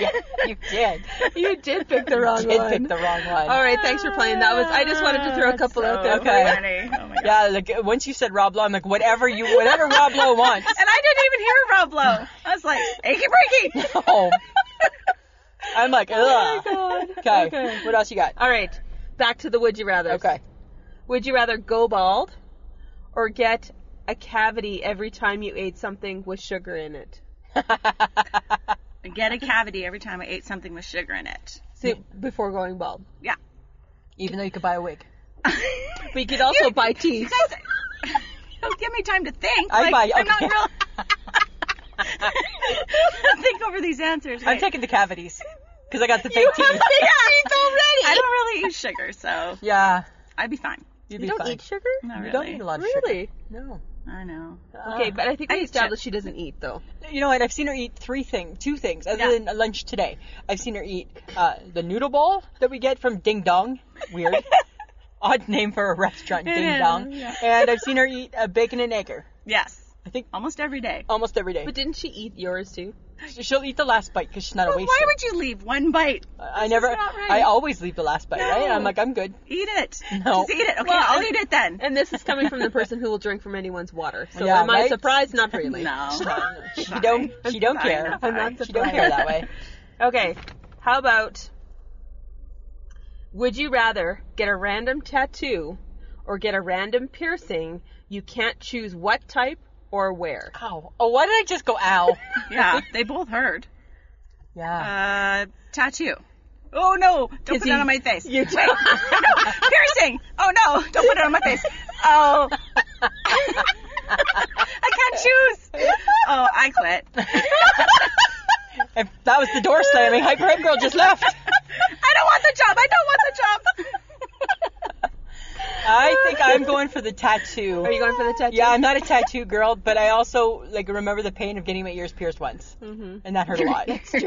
Speaker 2: Yeah, you did.
Speaker 1: You did pick the wrong
Speaker 2: you did
Speaker 1: one.
Speaker 2: pick the wrong one.
Speaker 1: All right, thanks for playing. That was I just wanted to throw a couple out there.
Speaker 3: So
Speaker 2: Okay.
Speaker 3: funny. Oh my God.
Speaker 2: Yeah, like uh, once you said Rob Lowe, I'm like whatever you whatever Rob Lowe wants.
Speaker 3: And I didn't even hear Rob Lowe. I was like, achy breaky.
Speaker 2: Oh. I'm like, ugh. Oh Okay.
Speaker 1: Okay.
Speaker 2: What else you got?
Speaker 1: All right, back to the would you rather.
Speaker 2: Okay.
Speaker 1: Would you rather go bald or get a cavity every time you ate something with sugar in it?
Speaker 3: Get a cavity every time I ate something with sugar in it.
Speaker 1: So before going bald,
Speaker 3: Yeah.
Speaker 2: Even though you could buy a wig.
Speaker 1: but you could also
Speaker 3: You-
Speaker 1: buy teeth.
Speaker 3: You guys don't give me time to think.
Speaker 2: I
Speaker 3: like,
Speaker 2: buy-
Speaker 3: I'm not
Speaker 2: okay.
Speaker 3: real. think over these answers.
Speaker 2: I'm
Speaker 3: Wait.
Speaker 2: taking the cavities. Because I got the fake teeth.
Speaker 3: Yeah.
Speaker 1: already.
Speaker 3: I don't really eat sugar, so
Speaker 2: Yeah.
Speaker 3: I'd be fine.
Speaker 2: You'd
Speaker 1: You
Speaker 2: be
Speaker 1: don't
Speaker 2: fine.
Speaker 1: eat sugar?
Speaker 3: Not
Speaker 2: You
Speaker 3: really.
Speaker 2: don't eat a lot of sugar.
Speaker 1: Really?
Speaker 2: No.
Speaker 3: I know.
Speaker 1: Okay,
Speaker 2: Uh.
Speaker 1: but I think
Speaker 3: I
Speaker 1: we
Speaker 3: eat
Speaker 1: established she doesn't eat though.
Speaker 2: You know, and I've seen her eat three things, two things, other
Speaker 3: Yeah.
Speaker 2: than lunch today. I've seen her eat uh, the noodle bowl that we get from Ding Dong. Weird. Odd name for a restaurant,
Speaker 3: It
Speaker 2: Ding
Speaker 3: is,
Speaker 2: Dong.
Speaker 3: yeah.
Speaker 2: And I've seen her eat a bacon and egger.
Speaker 3: Yes.
Speaker 2: I think Oh,
Speaker 3: Almost every day.
Speaker 2: almost every day.
Speaker 1: But didn't she eat yours too?
Speaker 2: She'll eat the last bite because she's not a
Speaker 3: But
Speaker 2: waster.
Speaker 3: why would you leave one bite?
Speaker 2: I never.
Speaker 3: not right.
Speaker 2: I always leave the last bite. Right?
Speaker 3: No.
Speaker 2: I'm like, I'm good.
Speaker 3: Eat it.
Speaker 2: No.
Speaker 3: Just eat it. Okay,
Speaker 1: Well,
Speaker 3: I'll
Speaker 1: and-
Speaker 3: eat it then.
Speaker 1: And this is coming from the person who will drink from anyone's water. So
Speaker 2: Yeah,
Speaker 1: am I
Speaker 2: right?
Speaker 1: surprised? Not really.
Speaker 3: No.
Speaker 2: She don't. She don't
Speaker 3: Fine,
Speaker 2: care.
Speaker 3: I'm not
Speaker 2: She don't care that way.
Speaker 1: Okay, how about would you rather get a random tattoo or get a random piercing, you can't choose what type or where.
Speaker 2: Ow. Oh, why did I just go ow?
Speaker 3: Yeah, they both heard.
Speaker 2: yeah.
Speaker 3: Uh, tattoo. Oh no! Don't
Speaker 2: Is
Speaker 3: put that
Speaker 2: he-
Speaker 3: on my face.
Speaker 2: you-
Speaker 3: Wait, no piercing. Oh no! Don't put it on my face. Oh, I can't choose. Oh, I quit.
Speaker 2: If that was the door slamming, Hyperhead Girl just left.
Speaker 3: I don't want the job. I don't want the job.
Speaker 2: I think I'm going for the tattoo.
Speaker 1: Are you going for the tattoo?
Speaker 2: Yeah, I'm not a tattoo girl, but I also like remember the pain of getting my ears pierced once,
Speaker 1: Mm-hmm.
Speaker 2: and that hurt a lot. I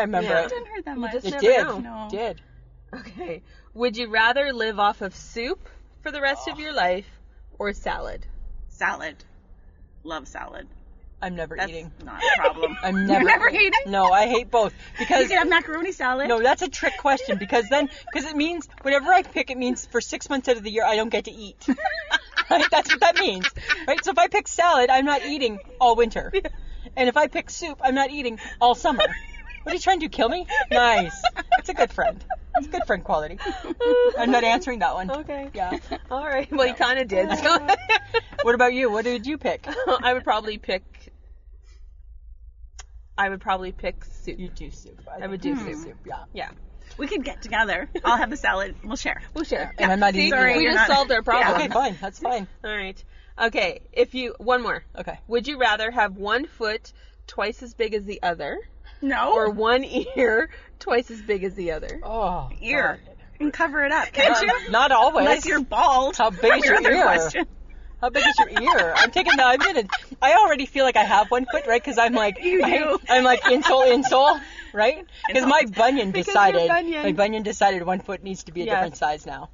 Speaker 2: remember
Speaker 1: Yeah.
Speaker 3: It
Speaker 2: it.
Speaker 3: didn't hurt that
Speaker 1: You
Speaker 3: much.
Speaker 1: just
Speaker 2: It
Speaker 1: never
Speaker 2: did.
Speaker 1: know.
Speaker 3: No.
Speaker 2: Did.
Speaker 1: Okay. Would you rather live off of soup for the rest of
Speaker 2: Oh.
Speaker 1: your life or salad?
Speaker 3: Salad. Love salad.
Speaker 2: I'm never
Speaker 3: That's
Speaker 2: eating.
Speaker 3: not a problem.
Speaker 2: I'm never.
Speaker 3: never eating?
Speaker 2: No, I hate both
Speaker 3: You
Speaker 2: because
Speaker 3: can have macaroni salad.
Speaker 2: no, that's a trick question because then because it means whenever I pick, it means for six months out of the year I don't get to eat. right? That's what that means. Right? So if I pick salad, I'm not eating all winter, and if I pick soup, I'm not eating all summer. What are you trying to do? Kill me? Nice. It's a good friend. It's a good friend quality. I'm not answering that one.
Speaker 1: Okay.
Speaker 2: Yeah.
Speaker 1: All right. Well, you kind of did. So
Speaker 2: What about you? What did you pick?
Speaker 1: I would probably pick. I would probably pick soup.
Speaker 2: You do soup.
Speaker 1: I would
Speaker 2: think.
Speaker 1: do
Speaker 2: Hmm.
Speaker 1: soup.
Speaker 2: Yeah.
Speaker 1: Yeah.
Speaker 3: We could get together. I'll have the salad. We'll share.
Speaker 1: We'll share.
Speaker 2: And I'm not
Speaker 1: See,
Speaker 2: eating
Speaker 3: sorry,
Speaker 2: it.
Speaker 1: we
Speaker 3: you're
Speaker 1: just
Speaker 3: not-
Speaker 1: solved our problem.
Speaker 2: Okay, fine. That's fine.
Speaker 1: All right. Okay. If you one more.
Speaker 2: Okay.
Speaker 1: Would you rather have one foot twice as big as the other
Speaker 3: No.
Speaker 1: or one ear twice as big as the other?
Speaker 2: Oh.
Speaker 3: ear.
Speaker 2: God.
Speaker 3: And cover it up, can't you?
Speaker 2: Not, not always.
Speaker 3: Unless you're bald.
Speaker 2: How big is your
Speaker 3: Another
Speaker 2: ear?
Speaker 3: question.
Speaker 2: How big is your ear? I'm taking no. I'm gonna. I already feel like I have one foot, right? Because I'm like,
Speaker 3: You
Speaker 2: right?
Speaker 3: do.
Speaker 2: I'm like insole, insole, right? Because my bunion
Speaker 1: Because your
Speaker 2: decided.
Speaker 1: bunion.
Speaker 2: My bunion decided one foot needs to be a
Speaker 1: Yes.
Speaker 2: different size now.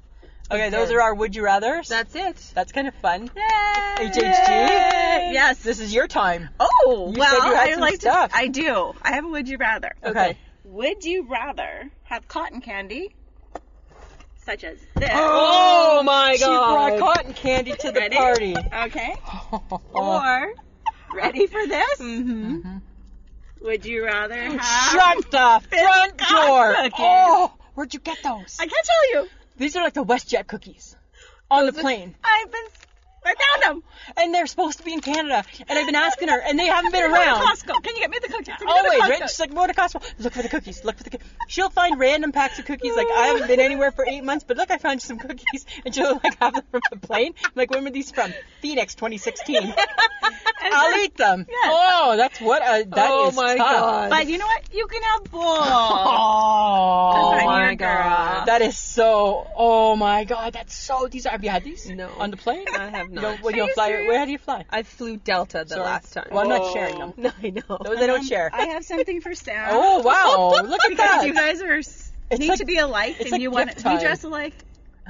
Speaker 2: Okay, those
Speaker 1: did.
Speaker 2: are our would you rather's.
Speaker 1: That's it.
Speaker 2: That's kind of fun.
Speaker 3: Yay.
Speaker 2: HHG.
Speaker 3: Yes.
Speaker 2: This is your time.
Speaker 3: Oh,
Speaker 2: You
Speaker 3: well,
Speaker 2: said you had
Speaker 3: I
Speaker 2: some
Speaker 3: like
Speaker 2: stuff.
Speaker 3: to. I do. I have a would you rather.
Speaker 1: Okay.
Speaker 3: Would you rather have cotton candy, such as this?
Speaker 1: Oh my
Speaker 2: She
Speaker 1: god.
Speaker 2: brought cotton candy to the
Speaker 3: Ready?
Speaker 2: party.
Speaker 3: Okay.
Speaker 2: Oh.
Speaker 3: Or, ready for this? Mm-hmm. Would you rather have.
Speaker 2: Mm-hmm. Shut the front
Speaker 3: Biscuit
Speaker 2: door.
Speaker 3: cookies.
Speaker 2: Oh, where'd you get those?
Speaker 3: I can't tell you.
Speaker 2: These are like the WestJet cookies on the plane,
Speaker 3: I've been. I found them.
Speaker 2: and they're supposed to be in Canada. And I've been asking her, and they haven't been around. Oh,
Speaker 3: Costco. Can you get me the cookies? Can you
Speaker 2: Always,
Speaker 3: get me the
Speaker 2: right? She's like, more to Costco. Look for the cookies. Look for the cookies. She'll find random packs of cookies. Like, I haven't been anywhere for eight months, but look, I found some cookies. And she'll like have them from the plane. I'm like, when were these from? Phoenix, 2016.
Speaker 3: And
Speaker 2: I'll
Speaker 3: then-
Speaker 2: eat them.
Speaker 3: Yes.
Speaker 2: Oh, that's what a that
Speaker 1: Oh
Speaker 2: is
Speaker 1: my
Speaker 2: tough.
Speaker 1: God.
Speaker 3: But you know what? You can have both.
Speaker 2: Oh,
Speaker 3: Good on
Speaker 1: my
Speaker 3: you, girl.
Speaker 1: God.
Speaker 2: that is so. Oh my god, that's so. These have you had these?
Speaker 1: No.
Speaker 2: On the plane?
Speaker 1: I have
Speaker 2: You
Speaker 1: not.
Speaker 2: know, when
Speaker 3: Are
Speaker 2: you
Speaker 3: you
Speaker 2: fly,
Speaker 3: serious?
Speaker 2: where do you fly?
Speaker 1: I flew Delta the
Speaker 2: Sorry.
Speaker 1: last time.
Speaker 2: Well, I'm not
Speaker 3: Oh.
Speaker 2: sharing them.
Speaker 1: No, I know.
Speaker 2: Those I don't
Speaker 3: Um,
Speaker 2: share.
Speaker 3: I have something for Sam.
Speaker 2: Oh wow, look at
Speaker 3: because
Speaker 2: that.
Speaker 3: you guys are s-
Speaker 2: It's
Speaker 3: need
Speaker 2: like-
Speaker 3: to be alike,
Speaker 2: it's
Speaker 3: and
Speaker 2: like
Speaker 3: you want
Speaker 2: gift
Speaker 3: to
Speaker 2: time.
Speaker 3: you dress alike,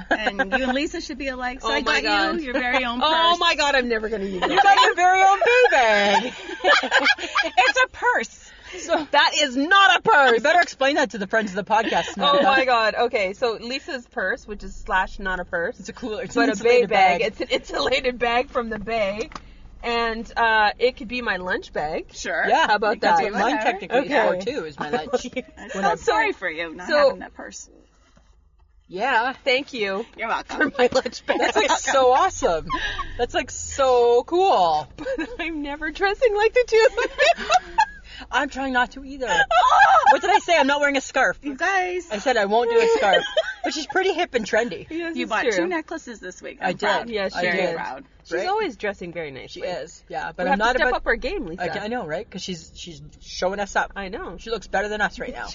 Speaker 3: and you and Lisa should be alike. So
Speaker 1: Oh
Speaker 3: I
Speaker 1: my
Speaker 3: got
Speaker 1: God.
Speaker 3: you your very own purse.
Speaker 1: Oh my god, I'm never gonna use
Speaker 2: You
Speaker 1: it.
Speaker 2: got your very own bee bag.
Speaker 3: It's a purse.
Speaker 1: that is not a purse.
Speaker 2: you better explain that to the friends of the podcast.
Speaker 1: Oh
Speaker 2: Samantha.
Speaker 1: my god. Okay, so Lisa's purse, which is slash not a purse,
Speaker 2: It's a cooler. It's
Speaker 1: but
Speaker 2: an
Speaker 1: a bay
Speaker 2: insulated
Speaker 1: bag. It's an insulated bag from the bay, and uh, it could be my lunch bag.
Speaker 3: Sure.
Speaker 2: yeah,
Speaker 1: How about
Speaker 2: that's
Speaker 1: that?
Speaker 2: What mine
Speaker 3: Okay.
Speaker 2: technically
Speaker 1: Okay.
Speaker 2: is for too. Is my lunch.
Speaker 3: I
Speaker 2: When
Speaker 3: feel
Speaker 2: I-
Speaker 3: sorry for you not
Speaker 1: so-
Speaker 3: having that purse.
Speaker 2: yeah.
Speaker 1: Thank you
Speaker 3: You're
Speaker 1: for
Speaker 3: welcome.
Speaker 1: my lunch bag.
Speaker 2: That's like so awesome. That's like so cool.
Speaker 1: But I'm never dressing like the two of them.
Speaker 2: I'm trying not to either. What did I say? I'm not wearing a scarf.
Speaker 3: You guys,
Speaker 2: I said I won't do a scarf, which is pretty hip and trendy.
Speaker 1: Yes,
Speaker 3: you
Speaker 1: it's
Speaker 3: bought
Speaker 1: true.
Speaker 3: two necklaces this week. I'm
Speaker 2: I did.
Speaker 3: Proud.
Speaker 1: Yes,
Speaker 2: I
Speaker 1: she
Speaker 3: Very
Speaker 1: did.
Speaker 3: proud.
Speaker 1: She's
Speaker 2: Right?
Speaker 1: always dressing very nicely.
Speaker 2: She is, yeah. But
Speaker 1: we have
Speaker 2: I'm not
Speaker 1: to step
Speaker 2: about.
Speaker 1: up our game, Lisa.
Speaker 2: I, I know, right? Because she's she's showing us up.
Speaker 1: I know.
Speaker 2: She looks better than us right now.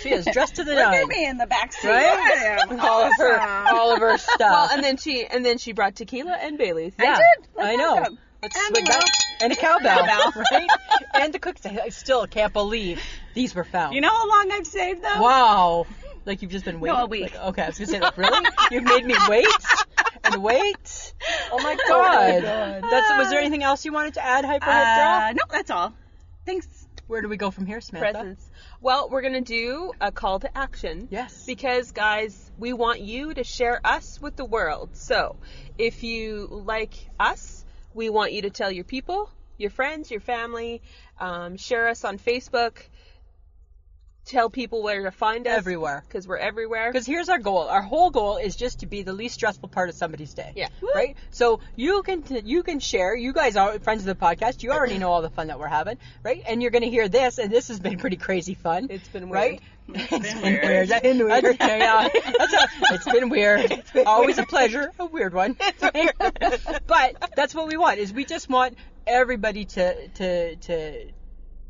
Speaker 2: she is dressed to the
Speaker 3: Look at
Speaker 2: nine,
Speaker 3: me in the back seat.
Speaker 2: right?
Speaker 3: I am
Speaker 2: All of her,
Speaker 3: awesome.
Speaker 2: all of her stuff.
Speaker 1: Well, and then she and then she brought tequila and Bailey's.
Speaker 2: yeah,
Speaker 3: did. That's
Speaker 2: Uh, I know.
Speaker 3: awesome.
Speaker 2: Let's
Speaker 3: And
Speaker 2: swing
Speaker 3: the-
Speaker 2: back. and a cowbell,
Speaker 3: Cowbell.
Speaker 2: right? And the cookies. I I still can't believe these were found.
Speaker 3: You know how long I've saved them?
Speaker 2: Wow. Like you've just been waiting.
Speaker 3: a week.
Speaker 2: Like, okay, I was gonna say, like, really? You've made me wait and wait. Oh my god. That's. Was there anything else you wanted to add, Hyperhead
Speaker 3: Uh,
Speaker 2: Girl?
Speaker 3: no, that's all. Thanks.
Speaker 2: Where do we go from here, Samantha?
Speaker 1: presents. Well, we're gonna do a call to action.
Speaker 2: Yes.
Speaker 1: Because guys, we want you to share us with the world. So if you like us, we want you to tell your people, your friends, your family, um, share us on Facebook. Tell people where to find us.
Speaker 2: everywhere.
Speaker 1: Because we're everywhere.
Speaker 2: Because here's our goal. Our whole goal is just to be the least stressful part of somebody's day.
Speaker 1: Yeah.
Speaker 2: Right. So you can t- you can share. You guys are friends of the podcast. You already know all the fun that we're having, right? And you're going to hear this, and this has been pretty crazy fun.
Speaker 1: It's been
Speaker 2: right.
Speaker 1: weird.
Speaker 2: It's been,
Speaker 3: weird.
Speaker 2: weird. That's-
Speaker 1: been weird.
Speaker 2: that's- yeah, yeah. That's a- it's been weird. Always a pleasure. A weird one. but that's what we want. Is we just want everybody to to to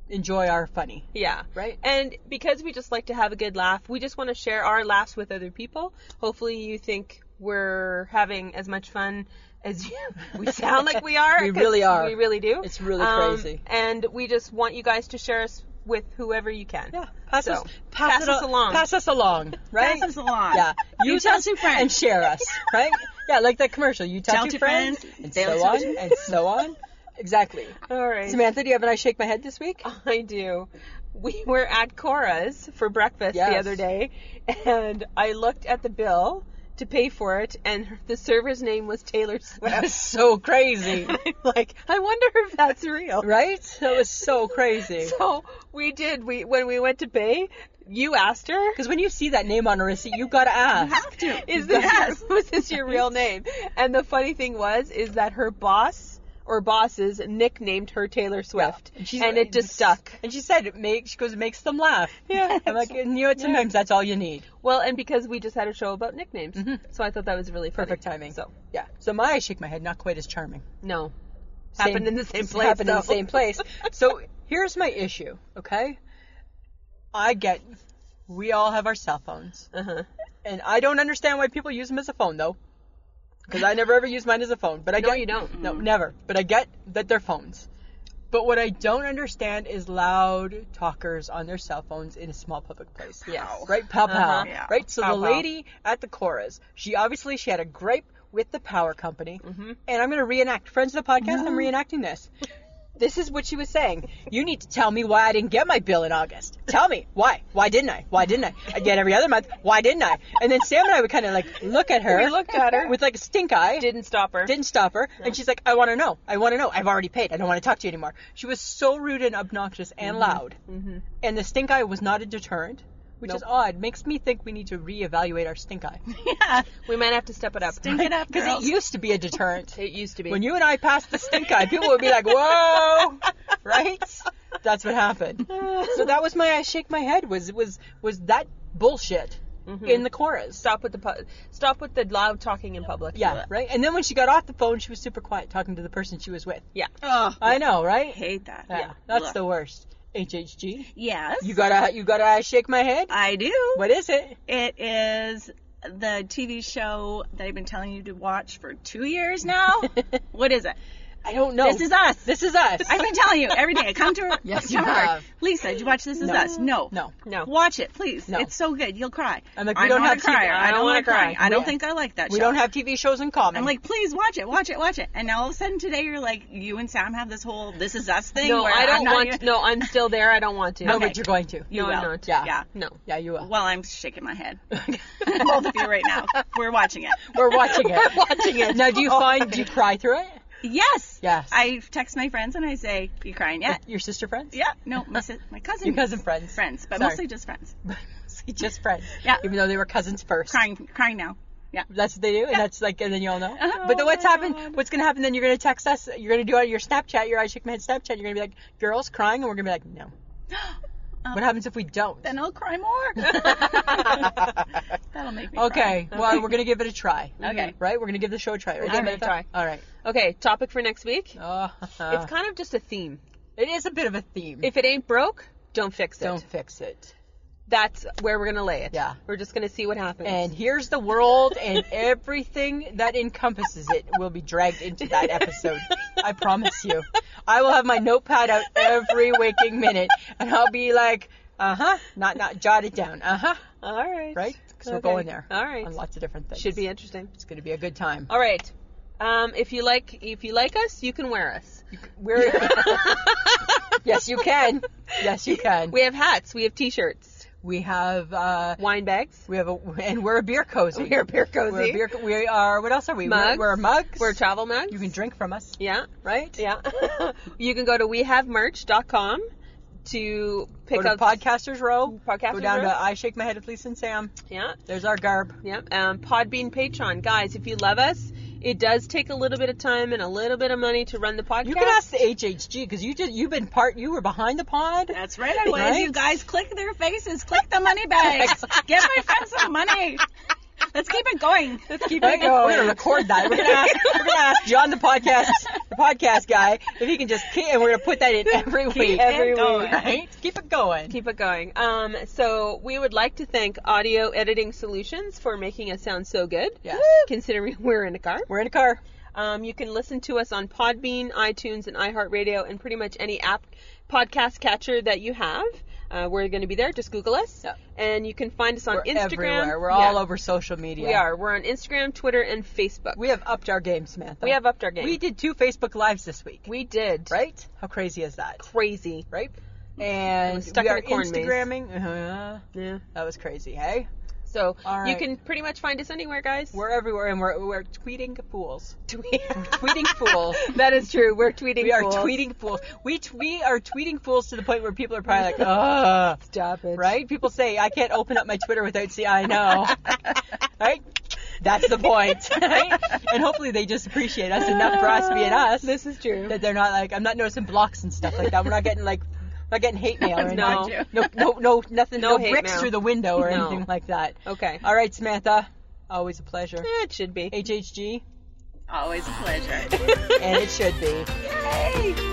Speaker 2: enjoy our funny.
Speaker 1: Yeah.
Speaker 2: Right.
Speaker 1: And because we just like to have a good laugh, we just want to share our laughs with other people. Hopefully, you think we're having as much fun as you. we sound like we are.
Speaker 2: We
Speaker 1: 'cause
Speaker 2: really are.
Speaker 1: We really do.
Speaker 2: It's really
Speaker 1: Um,
Speaker 2: crazy.
Speaker 1: And we just want you guys to share us with whoever you can.
Speaker 2: Yeah. Pass
Speaker 1: So,
Speaker 2: us pass,
Speaker 1: pass
Speaker 2: it
Speaker 1: us
Speaker 2: al-
Speaker 1: along.
Speaker 2: Pass us along. Right.
Speaker 3: Pass us along.
Speaker 2: Yeah. You
Speaker 3: tell
Speaker 2: tell
Speaker 3: two friends.
Speaker 2: and share us, right? Yeah, like that commercial. You tell,
Speaker 3: Tell
Speaker 2: two,
Speaker 3: two
Speaker 2: friends,
Speaker 3: friends,
Speaker 2: and
Speaker 3: they'll
Speaker 2: so
Speaker 3: tell
Speaker 2: on
Speaker 3: two-
Speaker 2: and so on. Exactly.
Speaker 1: All right.
Speaker 2: Samantha, do you have an I shake my head this week?
Speaker 1: I do. We were at Cora's for breakfast the
Speaker 2: Yes.
Speaker 1: other day, and I looked at the bill to pay for it, and the server's name was Taylor Swift.
Speaker 2: That's so crazy,
Speaker 1: I'm like, I wonder if that's real.
Speaker 2: right? That was so crazy.
Speaker 1: So we did. We when we went to pay, you asked her,
Speaker 2: Because when you see that name on a receipt, you gotta
Speaker 3: You
Speaker 2: ask.
Speaker 3: have to.
Speaker 1: "Is this
Speaker 3: Yes.
Speaker 1: your, was this your real name?" And the funny thing was, is that her boss or bosses nicknamed her Taylor Swift,
Speaker 2: And she's-
Speaker 1: and it just stuck.
Speaker 2: And she said it makes. She goes, it makes them laugh.
Speaker 1: Yeah.
Speaker 2: I'm like, and you know, what, sometimes that's all you need.
Speaker 1: Well, and because we just had a show about nicknames, so I thought that was really funny.
Speaker 2: Perfect timing.
Speaker 1: So
Speaker 2: Yeah. So my I shake my head, not quite as charming.
Speaker 1: no, happened in the same place.
Speaker 2: Happened in the
Speaker 1: though.
Speaker 2: same place. So here's my issue, okay? I get we all have our cell phones.
Speaker 1: Uh-huh.
Speaker 2: And I don't understand why people use them as a phone though. Because I never ever use mine as a phone. But I
Speaker 1: No,
Speaker 2: get
Speaker 1: you don't.
Speaker 2: No, never. But I get that they're phones. But what I don't understand is loud talkers on their cell phones in a small public place.
Speaker 1: Yes.
Speaker 2: Right? Pow pow.
Speaker 1: Uh-huh.
Speaker 3: Yeah.
Speaker 2: Right? So
Speaker 1: Pow
Speaker 2: the
Speaker 1: pow.
Speaker 2: lady at the chorus, she obviously she had a gripe with the power company.
Speaker 1: Mm-hmm.
Speaker 2: And I'm going to reenact. Friends of the podcast, I'm reenacting this. This is what she was saying. You need to tell me why I didn't get my bill in August. Tell me why. Why didn't I? Why didn't I? I get every other month. Why didn't I? And then Sam and I would kind of like look at her.
Speaker 1: We looked at her.
Speaker 2: with like a stink eye.
Speaker 1: Didn't stop her.
Speaker 2: Didn't stop her. And she's like, I want to know. I want to know. I've already paid. I don't want to talk to you anymore. She was so rude and obnoxious and
Speaker 1: Mm-hmm.
Speaker 2: loud. And the stink eye was not a deterrent, which is odd. Makes me think we need to reevaluate our stink eye.
Speaker 3: Yeah.
Speaker 1: we might have to step it up.
Speaker 3: Stink it up,
Speaker 2: Because
Speaker 3: girls.
Speaker 2: it used to be a deterrent.
Speaker 1: It used to be.
Speaker 2: when you and I passed the stink eye, people would be like, whoa, right? That's what happened. So that was my I shake my head was was was that bullshit
Speaker 1: Mm-hmm.
Speaker 3: Hmm.
Speaker 2: in the chorus.
Speaker 1: stop with the pu- stop with the loud talking in public.
Speaker 2: Yeah, right. And then when she got off the phone, she was super quiet talking to the person she was with.
Speaker 3: oh, I
Speaker 2: I know, right?
Speaker 3: hate that.
Speaker 2: Yeah, that's the worst. HHG.
Speaker 3: Yes.
Speaker 2: You gotta, you gotta uh, shake my head.
Speaker 3: I do.
Speaker 2: What is it?
Speaker 3: It is the TV show that I've been telling you to watch for two years now. what is it?
Speaker 2: I don't know.
Speaker 3: This is us.
Speaker 2: Oh. This is us.
Speaker 3: I've been telling you every day. I come to her.
Speaker 2: Yes,
Speaker 3: come
Speaker 2: you
Speaker 3: to her.
Speaker 2: have.
Speaker 3: Lisa, did you watch This Is
Speaker 2: No.
Speaker 3: Us? No.
Speaker 2: no.
Speaker 1: No.
Speaker 3: Watch it, please.
Speaker 2: No.
Speaker 3: It's so good. You'll cry.
Speaker 2: I'm like, we
Speaker 3: I'm
Speaker 2: don't
Speaker 3: not
Speaker 2: have
Speaker 3: a
Speaker 2: TV.
Speaker 3: crier.
Speaker 2: I
Speaker 3: I
Speaker 2: don't
Speaker 3: don't
Speaker 2: wanna
Speaker 3: like crying.
Speaker 2: cry.
Speaker 3: I don't
Speaker 2: We-
Speaker 3: think I like that
Speaker 2: We
Speaker 3: show.
Speaker 2: don't have TV shows in common.
Speaker 3: I'm like, please watch it, watch it, watch it. And now all of a sudden today you're like, you and Sam have this whole This Is Us thing.
Speaker 1: No,
Speaker 3: where
Speaker 1: I
Speaker 3: am
Speaker 1: don't
Speaker 3: not
Speaker 1: want.
Speaker 3: even-
Speaker 1: No, I'm still there. I don't want to.
Speaker 2: no,
Speaker 3: okay.
Speaker 2: but you're going to.
Speaker 3: You
Speaker 1: no,
Speaker 3: will.
Speaker 1: I'm not.
Speaker 2: Yeah.
Speaker 3: Yeah.
Speaker 1: No.
Speaker 2: Yeah, you will.
Speaker 3: Well, I'm shaking my head. Both of you right now. We're watching it.
Speaker 2: We're watching it.
Speaker 1: We're watching it.
Speaker 2: Now, do you find do you cry through it?
Speaker 3: Yes.
Speaker 2: Yes.
Speaker 3: I text my friends and I say, "You crying yet?"
Speaker 2: Your sister friends?
Speaker 3: Yeah. No, my si- my cousin.
Speaker 2: Your cousin friends.
Speaker 3: Friends, but
Speaker 2: Sorry.
Speaker 3: mostly just friends.
Speaker 2: See, just friends.
Speaker 3: Yeah.
Speaker 2: Even though they were cousins first.
Speaker 3: Crying, crying now. Yeah. Oh
Speaker 2: That's what they do, and that's like, and then you all know. but then what's happened? What's gonna happen? Then you're gonna text us. You're gonna do it on your Snapchat, your I shake my head Snapchat. You're gonna be like, "Girls crying," and we're gonna be like, "No." what happens if we don't?
Speaker 3: Then I'll cry more. That'll make me. cry.
Speaker 2: Okay. Well, we're gonna give it a try. Mm-hmm.
Speaker 3: Okay.
Speaker 2: Right? We're gonna give the show a try. Right?
Speaker 1: We'll give it a try.
Speaker 2: All right.
Speaker 1: Okay. Topic for next week.
Speaker 2: Oh,
Speaker 1: It's kind of just a theme.
Speaker 2: it is a bit of a theme.
Speaker 1: If it ain't broke, don't fix it.
Speaker 2: don't fix it.
Speaker 1: That's where we're gonna lay it.
Speaker 2: Yeah.
Speaker 1: We're just gonna see what happens.
Speaker 2: And here's the world and everything that encompasses it will be dragged into that episode. I promise you. I will have my notepad out every waking minute and I'll be like, uh huh, not, not, jot it down. Uh huh.
Speaker 1: all right.
Speaker 2: Right? Because we're
Speaker 1: Okay.
Speaker 2: going there.
Speaker 1: All right.
Speaker 2: On lots of different things.
Speaker 1: Should be interesting.
Speaker 2: It's going to be a good time.
Speaker 1: All right. Um, if you like, if you like us, you can wear us.
Speaker 2: We're. yes, you can. Yes, you can.
Speaker 1: We have hats. We have t-shirts.
Speaker 2: We have, uh,
Speaker 1: Wine bags.
Speaker 2: we have a, and we're a beer cozy.
Speaker 1: We are beer cozy.
Speaker 2: We're a beer, co- we are, what else are we? We're-
Speaker 1: Mugs.
Speaker 2: We're, mugs.
Speaker 1: We're travel mugs.
Speaker 2: You can drink from us,
Speaker 1: Yeah.
Speaker 2: right?
Speaker 1: Yeah. you can go to wehavemerch.com to pick
Speaker 2: go to
Speaker 1: up
Speaker 2: Podcasters Row.
Speaker 1: Podcasters
Speaker 2: go down
Speaker 1: Row.
Speaker 2: to I Shake My Head at Lisa and Sam.
Speaker 1: Yeah,
Speaker 2: There's our garb.
Speaker 1: yeah. Um, Podbean Patreon, guys. If you love us, it does take a little bit of time and a little bit of money to run the podcast.
Speaker 2: You can ask the HHG because you did. You've been part. You were behind the pod.
Speaker 3: That's right. I was.
Speaker 2: Right?
Speaker 3: You guys click their faces. Click the money bags. Give my friends some money. Let's keep it going.
Speaker 2: Let's keep it going. We're gonna record that. We're gonna ask, we're gonna ask John the podcast, the podcast guy, if he can just keep. And we're gonna put that in every week.
Speaker 1: every
Speaker 3: it going.
Speaker 1: week.
Speaker 2: Right? Keep it going.
Speaker 1: Keep it going. Um, so we would like to thank Audio Editing Solutions for making us sound so good.
Speaker 2: Yes.
Speaker 1: Considering we're in a car.
Speaker 2: We're in a car.
Speaker 1: Um, you can listen to us on Podbean, iTunes, and iHeartRadio, and pretty much any app podcast catcher that you have. Uh, we're going to be there. Just Google us,
Speaker 2: Yeah.
Speaker 1: and you can find us on
Speaker 2: We're
Speaker 1: Instagram.
Speaker 2: everywhere. We're
Speaker 1: Yeah,
Speaker 2: all over social media.
Speaker 1: We are. We're on Instagram, Twitter, and Facebook.
Speaker 2: We have upped our game, Samantha.
Speaker 1: We have upped our game.
Speaker 2: We did two Facebook lives this week.
Speaker 1: We did.
Speaker 2: right? How crazy is that?
Speaker 1: Crazy.
Speaker 2: Right? And
Speaker 1: was stuck
Speaker 2: we
Speaker 1: in
Speaker 2: are
Speaker 1: a corn maze.
Speaker 2: Instagramming. Uh-huh.
Speaker 1: Yeah.
Speaker 2: That was crazy, hey?
Speaker 1: So
Speaker 2: All
Speaker 1: you
Speaker 2: right.
Speaker 1: can pretty much find us anywhere, guys.
Speaker 2: We're everywhere and we're, we're tweeting fools.
Speaker 1: tweeting
Speaker 2: tweeting fools.
Speaker 1: That is true. We're tweeting.
Speaker 2: We are
Speaker 1: fools.
Speaker 2: tweeting fools. We, t- we are tweeting fools to the point where people are probably like, ugh.
Speaker 1: Stop it.
Speaker 2: Right? People say, I can't open up my Twitter without seeing, I know. right? That's the point. Right? And hopefully they just appreciate us enough for us being us.
Speaker 1: This is true.
Speaker 2: that they're not like I'm not noticing blocks and stuff like that. We're not getting like we're not getting hate mail or anything.
Speaker 1: No.
Speaker 2: no, no, no, nothing.
Speaker 1: No
Speaker 2: No,
Speaker 1: hate
Speaker 2: bricks
Speaker 1: mail.
Speaker 2: through the window or
Speaker 1: No.
Speaker 2: anything like that.
Speaker 1: Okay.
Speaker 2: All right, Samantha. Always a pleasure.
Speaker 1: It should be.
Speaker 2: HHG,
Speaker 3: Always a pleasure.
Speaker 2: and it should be.
Speaker 3: Yay!